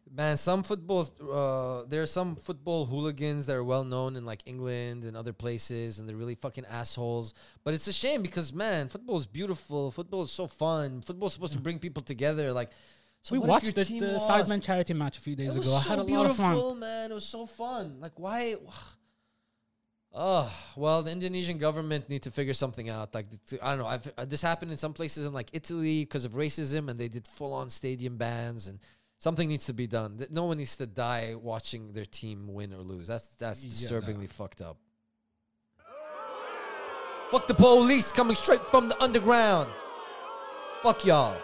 Speaker 1: Man, some football, uh, there are some football hooligans that are well known in like England and other places, and they're really fucking assholes. But it's a shame because man, football is beautiful. Football is so fun. Football is supposed to bring people together. Like, so
Speaker 2: we
Speaker 1: what if
Speaker 2: watched
Speaker 1: your
Speaker 2: the,
Speaker 1: team
Speaker 2: the
Speaker 1: lost?
Speaker 2: Sidemen charity match a few days
Speaker 1: It was
Speaker 2: ago. I
Speaker 1: so
Speaker 2: had a lot of
Speaker 1: beautiful,
Speaker 2: fun.
Speaker 1: man. It was so fun. Like, why? Oh well, the Indonesian government need to figure something out. Like th- I don't know, I've uh, this happened in some places in like Italy because of racism, and they did full on stadium bans, and something needs to be done. Th- No one needs to die watching their team win or lose. That's that's disturbingly fucked up. Fuck the police coming straight from the underground. Fuck y'all.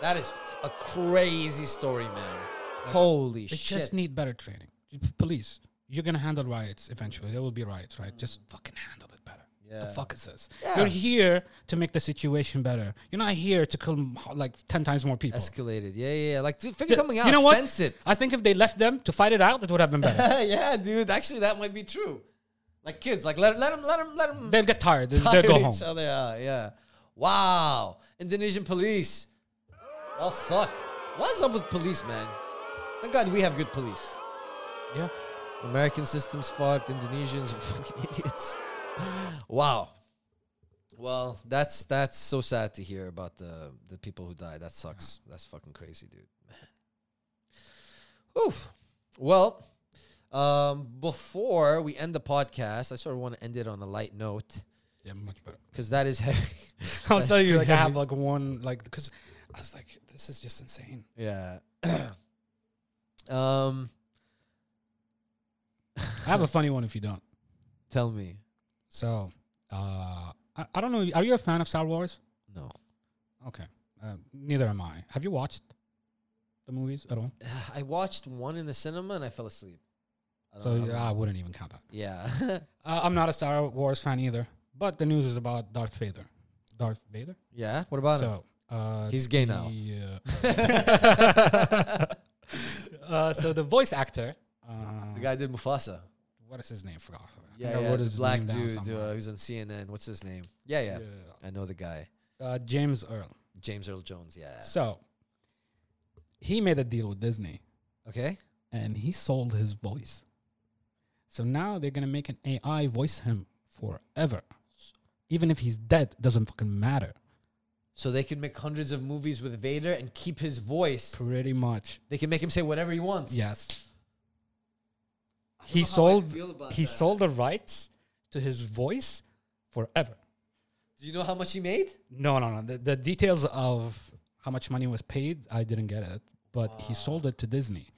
Speaker 1: That is a crazy story, man. Holy
Speaker 2: They
Speaker 1: shit!
Speaker 2: just need better training. P- Police, you're gonna handle riots eventually. There will be riots, right? Just fucking handle it better. The fuck is this? You're here to make the situation better. You're not here to kill m- like ten times more people.
Speaker 1: Escalated. Yeah, yeah, yeah. Like, dude, figure something out.
Speaker 2: You know what?
Speaker 1: Fence it.
Speaker 2: I think if they left them to fight it out, it would have been better.
Speaker 1: yeah, dude. Actually, that might be true. Like kids, like let let them let them let them
Speaker 2: They'll get tired. They'll, they'll go home.
Speaker 1: each other out. Yeah. Wow. Indonesian police. Y'all suck. What's up with police, man? Thank God we have good police.
Speaker 2: Yeah.
Speaker 1: American system's fucked. Indonesians are fucking idiots. Wow. Well, that's that's so sad to hear about the the people who died. That sucks. That's fucking crazy, dude. Man. Whew. Well, um, before we end the podcast, I sort of want to end it on a light note
Speaker 2: Yeah, much better.
Speaker 1: because that is heavy.
Speaker 2: I was telling you, like, I have like one, like, because I was like, this is just insane.
Speaker 1: yeah. um,
Speaker 2: I have a funny one if you don't.
Speaker 1: tell me.
Speaker 2: So, uh, I, I don't know. Are you a fan of Star Wars?
Speaker 1: No,
Speaker 2: Okay. Uh, neither am I. Have you watched the movies at all?
Speaker 1: I watched one in the cinema and I fell asleep. I don't
Speaker 2: So
Speaker 1: know.
Speaker 2: yeah, I wouldn't even count that.
Speaker 1: yeah,
Speaker 2: Uh, I'm not a Star Wars fan either, but the news is about Darth Vader. Darth Vader?
Speaker 1: yeah. What about it?
Speaker 2: So, uh,
Speaker 1: He's gay now.
Speaker 2: Yeah. uh, so the voice actor, uh,
Speaker 1: The guy did Mufasa.
Speaker 2: what is his name? Forgot. I
Speaker 1: Yeah,
Speaker 2: think I
Speaker 1: yeah
Speaker 2: wrote
Speaker 1: the
Speaker 2: his
Speaker 1: black
Speaker 2: name down
Speaker 1: dude
Speaker 2: somewhere.
Speaker 1: uh, who's on CNN. What's his name? Yeah, yeah,
Speaker 2: Yeah.
Speaker 1: I know the guy,
Speaker 2: Uh, James Earl.
Speaker 1: James Earl Jones. Yeah.
Speaker 2: So he made a deal with Disney,
Speaker 1: Okay.
Speaker 2: and he sold his voice. So now they're gonna make an AI voice him forever, even if he's dead. Doesn't fucking matter.
Speaker 1: So they can make hundreds of movies with Vader and keep his voice.
Speaker 2: Pretty much.
Speaker 1: They can make him say whatever he wants.
Speaker 2: Yes. He
Speaker 1: know how I
Speaker 2: sold
Speaker 1: feel about
Speaker 2: he
Speaker 1: that.
Speaker 2: sold the rights to his voice forever.
Speaker 1: Do you know how much he made?
Speaker 2: No, no, no. The, the details of how much money was paid, I didn't get it, but he sold it to Disney.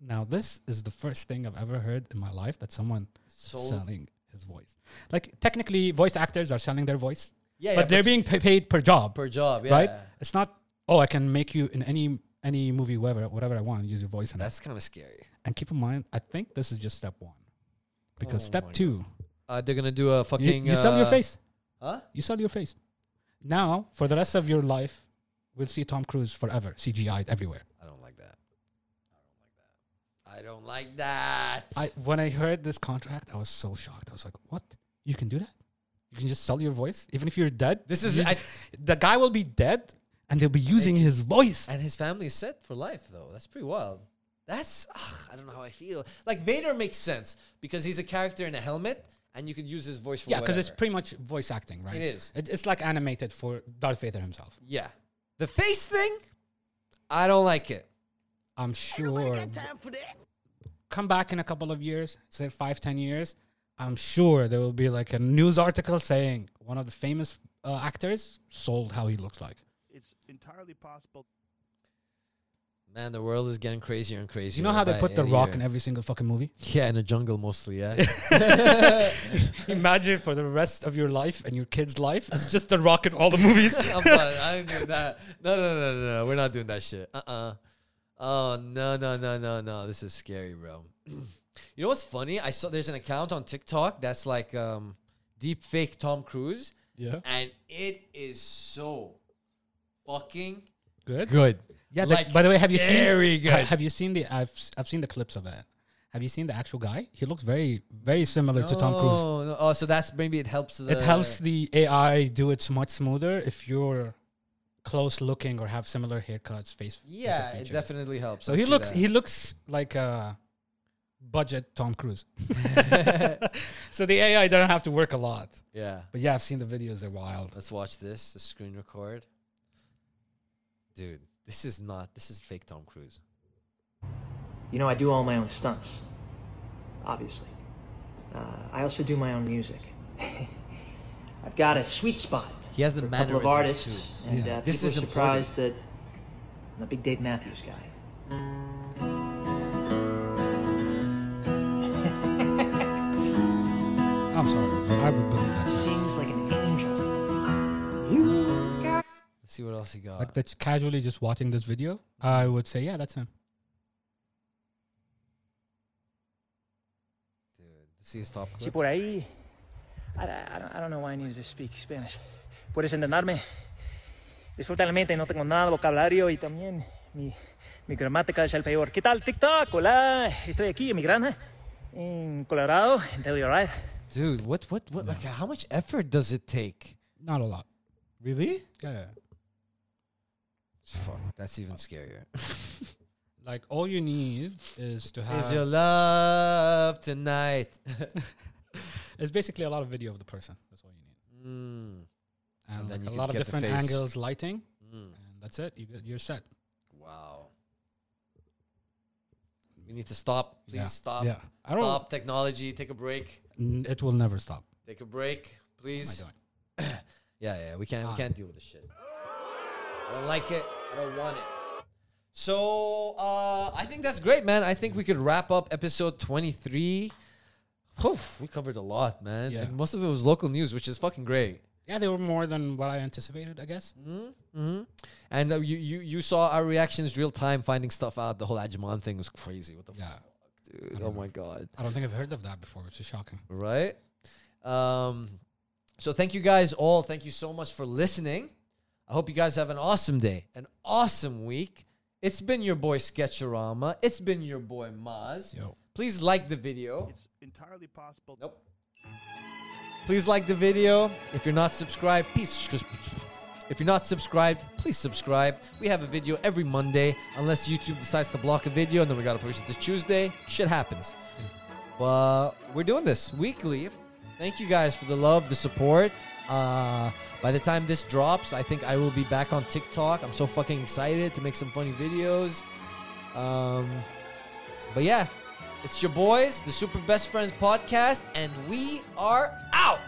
Speaker 2: Now, this is the first thing I've ever heard in my life that someone
Speaker 1: Sold-
Speaker 2: selling his voice. Like technically voice actors are selling their voice.
Speaker 1: Yeah,
Speaker 2: but
Speaker 1: yeah,
Speaker 2: they're
Speaker 1: but-
Speaker 2: being pa- paid per job.
Speaker 1: Per job. Yeah.
Speaker 2: Right? It's not oh, I can make you in any any movie whatever whatever I want, use your voice and
Speaker 1: That's kind of scary.
Speaker 2: and keep in mind, I think this is just step one.
Speaker 1: Oh
Speaker 2: Because step two,
Speaker 1: Uh, they're gonna do a
Speaker 2: you,
Speaker 1: fucking.
Speaker 2: you sell your
Speaker 1: uh,
Speaker 2: face.
Speaker 1: Huh?
Speaker 2: You sell your face. Now, for the rest of your life, we'll see Tom Cruise forever, CGI'd everywhere.
Speaker 1: I don't like that. I don't like that. I don't like that.
Speaker 2: I, when I heard this contract, I was so shocked. I was like, what? You can do that? You can just sell your voice? Even if you're dead?
Speaker 1: This is-
Speaker 2: You-
Speaker 1: I-
Speaker 2: the guy will be dead and they'll be using his voice.
Speaker 1: and his family is set for life, though. That's pretty wild. That's ugh, I don't know how I feel. Like Vader makes sense because he's a character in a helmet, and you could use his voice for
Speaker 2: Yeah, because it's
Speaker 1: whatever.
Speaker 2: pretty much voice acting, right?
Speaker 1: It is.
Speaker 2: It, it's like animated for Darth Vader himself.
Speaker 1: yeah. The face thing, I don't like it.
Speaker 2: I'm sure. Come back in a couple of years, say five, ten years. I'm sure there will be like a news article saying one of the famous uh, actors sold how he looks like.
Speaker 8: It's entirely possible.
Speaker 1: Man, the world is getting crazier and crazier.
Speaker 2: You know how they
Speaker 1: by
Speaker 2: put The
Speaker 1: every
Speaker 2: Rock
Speaker 1: year.
Speaker 2: in every single fucking movie?
Speaker 1: yeah, in a jungle mostly. Yeah,
Speaker 2: Imagine for the rest of your life and your kid's life, it's just The Rock in all the movies.
Speaker 1: I'm fine. I ain't doing that. No, no, no, no, no. We're not doing that shit. Uh, uh Oh no, no, no, no, no. This is scary, bro. you know what's funny? I saw there's an account on TikTok that's like um, deep fake Tom Cruise,
Speaker 2: yeah.
Speaker 1: and it is so fucking
Speaker 2: Good.
Speaker 1: good.
Speaker 2: Yeah. the-
Speaker 1: Like,
Speaker 2: by the way, have you
Speaker 1: scary
Speaker 2: seen?
Speaker 1: good.
Speaker 2: ha- Have you seen the? I've s- I've seen the clips of it. Have you seen the actual guy? He looks very very similar to Tom Cruise.
Speaker 1: Oh, no. oh, so that's maybe it helps. The,
Speaker 2: it helps the AI do it much smoother if you're close looking or have similar haircuts, face. facial
Speaker 1: Yeah, it
Speaker 2: features.
Speaker 1: definitely helps.
Speaker 2: So
Speaker 1: I
Speaker 2: he
Speaker 1: see
Speaker 2: looks
Speaker 1: that.
Speaker 2: he looks like a budget Tom Cruise. so the AI doesn't have to work a lot.
Speaker 1: yeah.
Speaker 2: But yeah, I've seen the videos; they're wild.
Speaker 1: Let's watch this. The screen record. Dude, this is not. This is fake Tom Cruise.
Speaker 9: You know, I do all my own stunts, obviously. Uh, I also do my own music. I've got a sweet spot.
Speaker 1: He has the
Speaker 9: for a couple of
Speaker 1: mannerisms,
Speaker 9: artists,
Speaker 1: too.
Speaker 9: and
Speaker 2: Yeah.
Speaker 9: uh,
Speaker 1: This
Speaker 9: people
Speaker 1: is
Speaker 9: are
Speaker 1: important.
Speaker 9: surprised that I'm a big Dave Matthews guy.
Speaker 2: I'm sorry, but I would believe that.
Speaker 9: Sings like an angel.
Speaker 1: Let's see what else he got.
Speaker 2: Like that's casually just watching this video, I would say, yeah, that's him.
Speaker 1: Let's see his top clip.
Speaker 9: por ahí I, I- I don't, I don't know why I need to speak Spanish. ¿Puedes entenderme? Disfruta la mente, no tengo nada de vocabulario y también mi, mi gramática es el peor. ¿Qué tal TikTok? Hola, estoy aquí en mi granja, en Colorado, en Telluride.
Speaker 1: Dude, what, what, what? Like, how much effort does it take?
Speaker 2: Not a lot.
Speaker 1: Really?
Speaker 2: Yeah.
Speaker 1: Fuck, that's even scarier.
Speaker 2: Like all you need is to have.
Speaker 1: Is your love tonight?
Speaker 2: It's basically a lot of video of the person. That's all you need.
Speaker 1: Hmm.
Speaker 2: And,
Speaker 1: And then
Speaker 2: like
Speaker 1: you
Speaker 2: a
Speaker 1: could
Speaker 2: lot of
Speaker 1: get the
Speaker 2: different
Speaker 1: face.
Speaker 2: angles, lighting, and that's it. You get, you're set.
Speaker 1: wow. We need to stop. Please
Speaker 2: Yeah,
Speaker 1: stop.
Speaker 2: yeah. I don't-
Speaker 1: stop technology. Take a break.
Speaker 2: N- It will never stop.
Speaker 1: Take a break,
Speaker 2: What
Speaker 1: please.
Speaker 2: am I doing?
Speaker 1: Yeah, yeah, we can't we can't deal with this shit. I don't like it. I don't want it. So uh, I think that's great, man. I think we could wrap up episode twenty three. we covered a lot, man.
Speaker 2: Yeah.
Speaker 1: And most of it was local news, which is fucking great.
Speaker 2: Yeah, they were more than what I anticipated. I guess.
Speaker 1: And uh, you, you you saw our reactions real time, finding stuff out. The whole Ajman thing was crazy. What the
Speaker 2: Yeah,
Speaker 1: fuck, dude? Oh my god.
Speaker 2: I don't think I've heard of that before, which is shocking.
Speaker 1: right? Um, so thank you guys all. Thank you so much for listening. I hope you guys have an awesome day, an awesome week. It's been your boy Sketcherama. It's been your boy Maz.
Speaker 2: Yo.
Speaker 1: Please like the video.
Speaker 8: It's entirely possible.
Speaker 1: Nope. Please like the video. If you're not subscribed, peace. If you're not subscribed, please subscribe. We have a video every Monday, unless YouTube decides to block a video and then we gotta push it to Tuesday. Shit happens. But we're doing this weekly. Thank you guys for the love, the support. Uh, by the time this drops, I think I will be back on TikTok. I'm so fucking excited to make some funny videos. Um, but yeah, it's your boys, the Super Best Friends Podcast, and we are out.